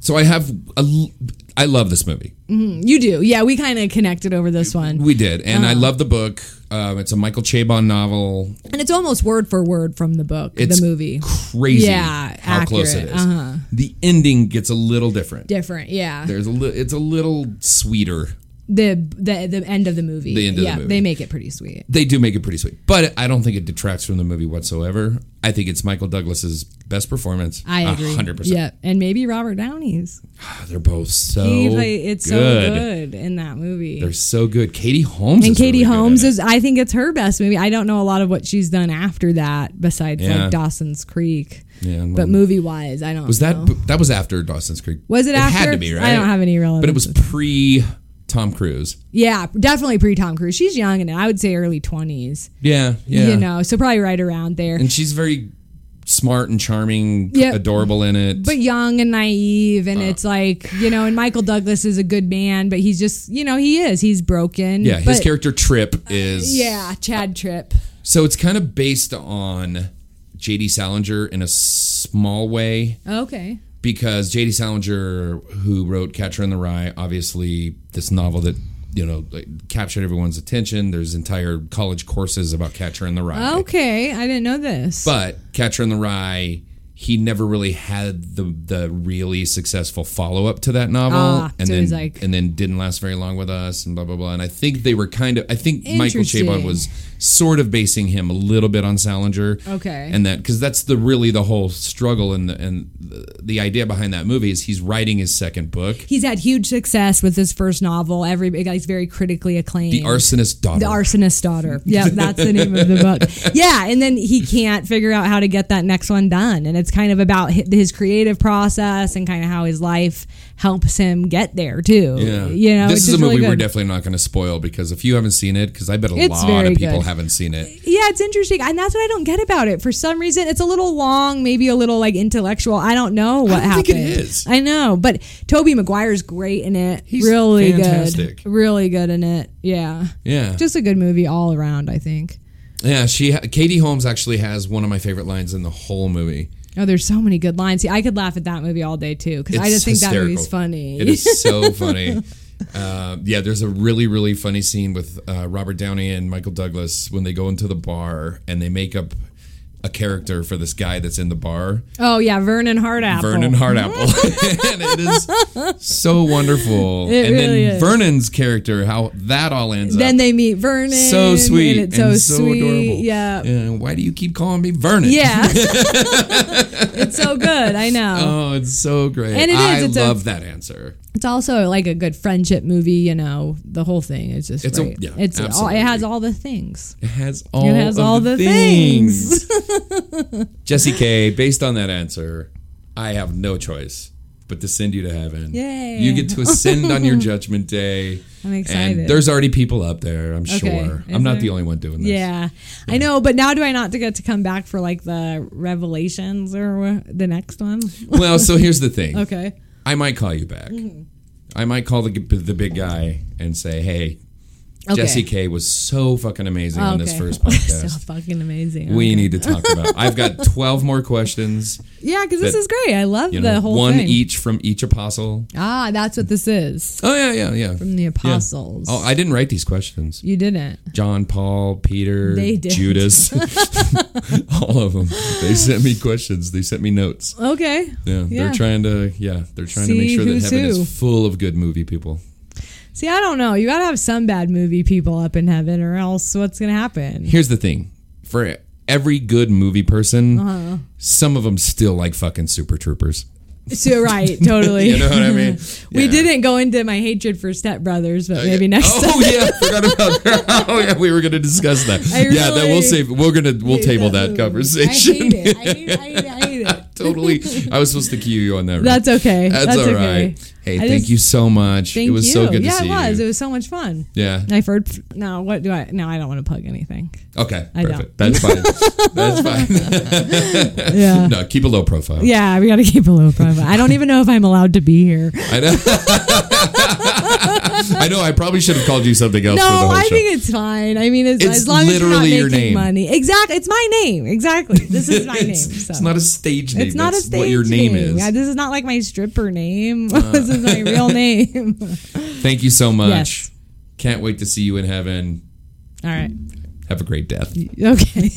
[SPEAKER 5] so I have. A, l- I love this movie.
[SPEAKER 6] You do, yeah. We kind of connected over this one,
[SPEAKER 5] We did, and
[SPEAKER 6] Uh-huh.
[SPEAKER 5] I love the book. Um, it's a Michael Chabon novel.
[SPEAKER 6] and it's almost word for word from the book,
[SPEAKER 5] It's
[SPEAKER 6] the movie.
[SPEAKER 5] Crazy,
[SPEAKER 6] Yeah,
[SPEAKER 5] how close it
[SPEAKER 6] accurate,
[SPEAKER 5] is.
[SPEAKER 6] uh-huh.
[SPEAKER 5] The ending gets a little different.
[SPEAKER 6] Different, yeah.
[SPEAKER 5] There's a li- It's a little sweeter
[SPEAKER 6] the the the end of the movie.
[SPEAKER 5] The end of the
[SPEAKER 6] yeah,
[SPEAKER 5] movie.
[SPEAKER 6] they make it pretty sweet.
[SPEAKER 5] They do make it pretty sweet, but I don't think it detracts from the movie whatsoever. I think it's Michael Douglas's best performance.
[SPEAKER 6] I agree.
[SPEAKER 5] hundred percent.
[SPEAKER 6] Yeah, and maybe Robert Downey's.
[SPEAKER 5] They're both so
[SPEAKER 6] he play, it's
[SPEAKER 5] Oh, good.
[SPEAKER 6] so good in that movie.
[SPEAKER 5] They're so good. Katie Holmes
[SPEAKER 6] and
[SPEAKER 5] is
[SPEAKER 6] Katie
[SPEAKER 5] really good in
[SPEAKER 6] Holmes
[SPEAKER 5] it.
[SPEAKER 6] is I think it's her best movie. I don't know a lot of what she's done after that besides
[SPEAKER 5] Yeah.
[SPEAKER 6] like Dawson's Creek.
[SPEAKER 5] Yeah, well,
[SPEAKER 6] but movie wise, I don't
[SPEAKER 5] was
[SPEAKER 6] know.
[SPEAKER 5] that that was after Dawson's Creek?
[SPEAKER 6] Was it
[SPEAKER 5] Had
[SPEAKER 6] after?
[SPEAKER 5] to be right.
[SPEAKER 6] I don't have any relevance
[SPEAKER 5] But it was
[SPEAKER 6] with that.
[SPEAKER 5] pre Tom Cruise.
[SPEAKER 6] Yeah, definitely pre Tom Cruise. She's young and I would say early twenties.
[SPEAKER 5] Yeah, yeah.
[SPEAKER 6] You know, so probably right around there.
[SPEAKER 5] and she's very smart and charming,
[SPEAKER 6] Yeah.
[SPEAKER 5] adorable in it.
[SPEAKER 6] but young and naive
[SPEAKER 5] Uh.
[SPEAKER 6] and it's like you know and michael douglas is a good man but he's just you know he is he's broken
[SPEAKER 5] yeah, his
[SPEAKER 6] but- Uh,
[SPEAKER 5] character Trip is
[SPEAKER 6] yeah chad Tripp.
[SPEAKER 5] So it's kind of based on J.D. Salinger in a small way
[SPEAKER 6] okay
[SPEAKER 5] because J.D. Salinger, who wrote Catcher in the Rye, obviously this novel that you know like, captured everyone's attention. There's entire college courses about Catcher in the Rye.
[SPEAKER 6] Oh, okay i didn't know this
[SPEAKER 5] But Catcher in the Rye, he never really had the the really successful follow up to that novel,
[SPEAKER 6] Ah,
[SPEAKER 5] and
[SPEAKER 6] so
[SPEAKER 5] then
[SPEAKER 6] he's like-
[SPEAKER 5] and then didn't last very long with us, and blah blah blah. And I think they were kind of, I think Michael
[SPEAKER 6] Interesting.
[SPEAKER 5] Chabon was sort of basing him a little bit on Salinger,
[SPEAKER 6] Okay.
[SPEAKER 5] and that because that's the really the whole struggle and the, and the, the idea behind that movie is he's writing his second book,
[SPEAKER 6] he's had huge success with his first novel every he's very critically acclaimed
[SPEAKER 5] The Arsonist Daughter.
[SPEAKER 6] The Arsonist's Daughter. Yeah, that's the name of the
[SPEAKER 5] *laughs*
[SPEAKER 6] book. Yeah, and then he can't figure out how to get that next one done. And it's kind of about hi- his creative process and kind of how his life helps him get there, too.
[SPEAKER 5] Yeah.
[SPEAKER 6] You know,
[SPEAKER 5] this is
[SPEAKER 6] which
[SPEAKER 5] a movie
[SPEAKER 6] really
[SPEAKER 5] we're
[SPEAKER 6] good.
[SPEAKER 5] definitely not going to spoil because if you haven't seen it, because I bet a
[SPEAKER 6] It's
[SPEAKER 5] lot
[SPEAKER 6] very
[SPEAKER 5] of people
[SPEAKER 6] good.
[SPEAKER 5] haven't seen it.
[SPEAKER 6] Yeah, it's interesting. And that's what I don't get about it. For some reason, it's a little long, maybe a little like intellectual. I don't know what
[SPEAKER 5] don't
[SPEAKER 6] happened.
[SPEAKER 5] think it is.
[SPEAKER 6] I know, but Toby Maguire's great in it.
[SPEAKER 5] He's
[SPEAKER 6] really
[SPEAKER 5] fantastic.
[SPEAKER 6] good. Really good in it. Yeah.
[SPEAKER 5] Yeah,
[SPEAKER 6] Just a good movie all around, I think.
[SPEAKER 5] Yeah, she Katie Holmes actually has one of my favorite lines in the whole movie.
[SPEAKER 6] Oh, there's so many good lines. See, I could laugh at that movie all day too because I
[SPEAKER 5] It's
[SPEAKER 6] just think that
[SPEAKER 5] hysterical.
[SPEAKER 6] movie's funny.
[SPEAKER 5] It is so funny. Uh, yeah, there's a really really funny scene with uh, Robert Downey and Michael Douglas when they go into the bar and they make up a character for this guy that's in the bar,
[SPEAKER 6] *laughs* Oh yeah, Vernon Hardapple.
[SPEAKER 5] Vernon
[SPEAKER 6] *laughs*
[SPEAKER 5] Hardapple, *laughs* and it is so wonderful.
[SPEAKER 6] It
[SPEAKER 5] and
[SPEAKER 6] really
[SPEAKER 5] then
[SPEAKER 6] is.
[SPEAKER 5] Vernon's character, how that all ends
[SPEAKER 6] Then
[SPEAKER 5] up.
[SPEAKER 6] they meet Vernon.
[SPEAKER 5] so sweet
[SPEAKER 6] And it's so, sweet.
[SPEAKER 5] adorable.
[SPEAKER 6] Yeah.
[SPEAKER 5] why do you keep calling me Vernon? *laughs*
[SPEAKER 6] Yeah. *laughs* it's so good. I know.
[SPEAKER 5] Oh, it's so great.
[SPEAKER 6] And it is,
[SPEAKER 5] I
[SPEAKER 6] it's a-
[SPEAKER 5] love that answer.
[SPEAKER 6] it's also like a good friendship movie. You know, the whole thing is just
[SPEAKER 5] It's a-
[SPEAKER 6] great.
[SPEAKER 5] yeah,
[SPEAKER 6] it's all, it
[SPEAKER 5] absolutely.
[SPEAKER 6] has all the things.
[SPEAKER 5] It has all.
[SPEAKER 6] it has
[SPEAKER 5] of
[SPEAKER 6] all the, things.
[SPEAKER 5] *laughs* Jesse K. Based on that answer, I have no choice but to send you to heaven.
[SPEAKER 6] Yay.
[SPEAKER 5] You get to ascend on
[SPEAKER 6] *laughs*
[SPEAKER 5] your judgment day.
[SPEAKER 6] I'm excited.
[SPEAKER 5] And there's already people up there. I'm sure.
[SPEAKER 6] Is
[SPEAKER 5] I'm not
[SPEAKER 6] there?
[SPEAKER 5] the only one doing this.
[SPEAKER 6] Yeah, I know, but now do I not get to come back for like the revelations or wh- the next one? *laughs*
[SPEAKER 5] Well, so here's the thing.
[SPEAKER 6] okay. Mm-hmm.
[SPEAKER 5] I might call you back. I might call the the big guy and say, "Hey,
[SPEAKER 6] Okay.
[SPEAKER 5] Jesse K. was so fucking amazing on this
[SPEAKER 6] Okay.
[SPEAKER 5] first podcast."
[SPEAKER 6] *laughs* so fucking amazing.
[SPEAKER 5] we
[SPEAKER 6] Okay.
[SPEAKER 5] need to talk about. I've got 12 more questions.
[SPEAKER 6] yeah, because this
[SPEAKER 5] that,
[SPEAKER 6] is great. I love
[SPEAKER 5] You
[SPEAKER 6] the
[SPEAKER 5] know,
[SPEAKER 6] whole
[SPEAKER 5] one
[SPEAKER 6] thing.
[SPEAKER 5] each from each apostle.
[SPEAKER 6] Ah, that's what this is
[SPEAKER 5] Oh yeah, yeah, yeah.
[SPEAKER 6] from the apostles.
[SPEAKER 5] Oh, I didn't write these questions.
[SPEAKER 6] you didn't.
[SPEAKER 5] John, Paul, Peter,
[SPEAKER 6] They did. *laughs*
[SPEAKER 5] Judas, *laughs* all of them. They sent me questions. They sent me notes.
[SPEAKER 6] Okay.
[SPEAKER 5] Yeah,
[SPEAKER 6] Yeah.
[SPEAKER 5] they're trying to. Yeah, they're trying to
[SPEAKER 6] See
[SPEAKER 5] make sure that
[SPEAKER 6] who's
[SPEAKER 5] heaven
[SPEAKER 6] who.
[SPEAKER 5] is full of good movie people.
[SPEAKER 6] See, I don't know. You gotta have some bad movie people up in heaven, or else what's gonna happen?
[SPEAKER 5] Here's the thing: for every good movie person,
[SPEAKER 6] Uh-huh.
[SPEAKER 5] some of them still like fucking Super Troopers.
[SPEAKER 6] So
[SPEAKER 5] *laughs*
[SPEAKER 6] right, totally.
[SPEAKER 5] You know what I mean?
[SPEAKER 6] *laughs* we
[SPEAKER 5] Yeah.
[SPEAKER 6] didn't go into my hatred for Step Brothers, but maybe next
[SPEAKER 5] oh,
[SPEAKER 6] time.
[SPEAKER 5] yeah, forgot
[SPEAKER 6] *laughs*
[SPEAKER 5] about that. *laughs* Oh yeah, we were gonna discuss that.
[SPEAKER 6] I
[SPEAKER 5] yeah, that we'll
[SPEAKER 6] really
[SPEAKER 5] save. We're gonna we'll *laughs* table
[SPEAKER 6] *laughs*
[SPEAKER 5] that
[SPEAKER 6] Ooh,
[SPEAKER 5] conversation.
[SPEAKER 6] I hate it. I hate, I hate it. I hate *laughs* it.
[SPEAKER 5] *laughs* totally. I was supposed to cue you on that. Rick.
[SPEAKER 6] That's okay.
[SPEAKER 5] That's, all
[SPEAKER 6] okay.
[SPEAKER 5] right. Hey,
[SPEAKER 6] I
[SPEAKER 5] thank
[SPEAKER 6] just-
[SPEAKER 5] you so much.
[SPEAKER 6] Thank
[SPEAKER 5] it was
[SPEAKER 6] you.
[SPEAKER 5] so good
[SPEAKER 6] yeah,
[SPEAKER 5] to see
[SPEAKER 6] it was.
[SPEAKER 5] you.
[SPEAKER 6] It was so much fun.
[SPEAKER 5] yeah.
[SPEAKER 6] I've heard. No, what do I? No, I don't want to
[SPEAKER 5] *laughs*
[SPEAKER 6] plug anything.
[SPEAKER 5] Okay.
[SPEAKER 6] I
[SPEAKER 5] perfect. That's fine. That's
[SPEAKER 6] *laughs*
[SPEAKER 5] fine.
[SPEAKER 6] Yeah.
[SPEAKER 5] no, keep a low profile.
[SPEAKER 6] Yeah, we got to keep a low profile.
[SPEAKER 5] *laughs*
[SPEAKER 6] I don't even know if I'm allowed to be here.
[SPEAKER 5] I know. *laughs* I know. I probably should have called you something else for the
[SPEAKER 6] No,
[SPEAKER 5] whole
[SPEAKER 6] I
[SPEAKER 5] show.
[SPEAKER 6] think it's fine. I mean, as,
[SPEAKER 5] It's
[SPEAKER 6] as long as you're not
[SPEAKER 5] literally your
[SPEAKER 6] making
[SPEAKER 5] name.
[SPEAKER 6] money. Exactly. It's my name. Exactly. This
[SPEAKER 5] *laughs*
[SPEAKER 6] is my name.
[SPEAKER 5] it's,
[SPEAKER 6] So.
[SPEAKER 5] it's not a stage name.
[SPEAKER 6] It's not a
[SPEAKER 5] It's
[SPEAKER 6] stage
[SPEAKER 5] what your name, is. Uh.
[SPEAKER 6] Yeah, this is not like my stripper name. *laughs* this is my real name. *laughs*
[SPEAKER 5] Thank you so much.
[SPEAKER 6] Yes.
[SPEAKER 5] Can't wait to see you in heaven.
[SPEAKER 6] All right. *laughs*
[SPEAKER 5] Have a great death.
[SPEAKER 6] Okay.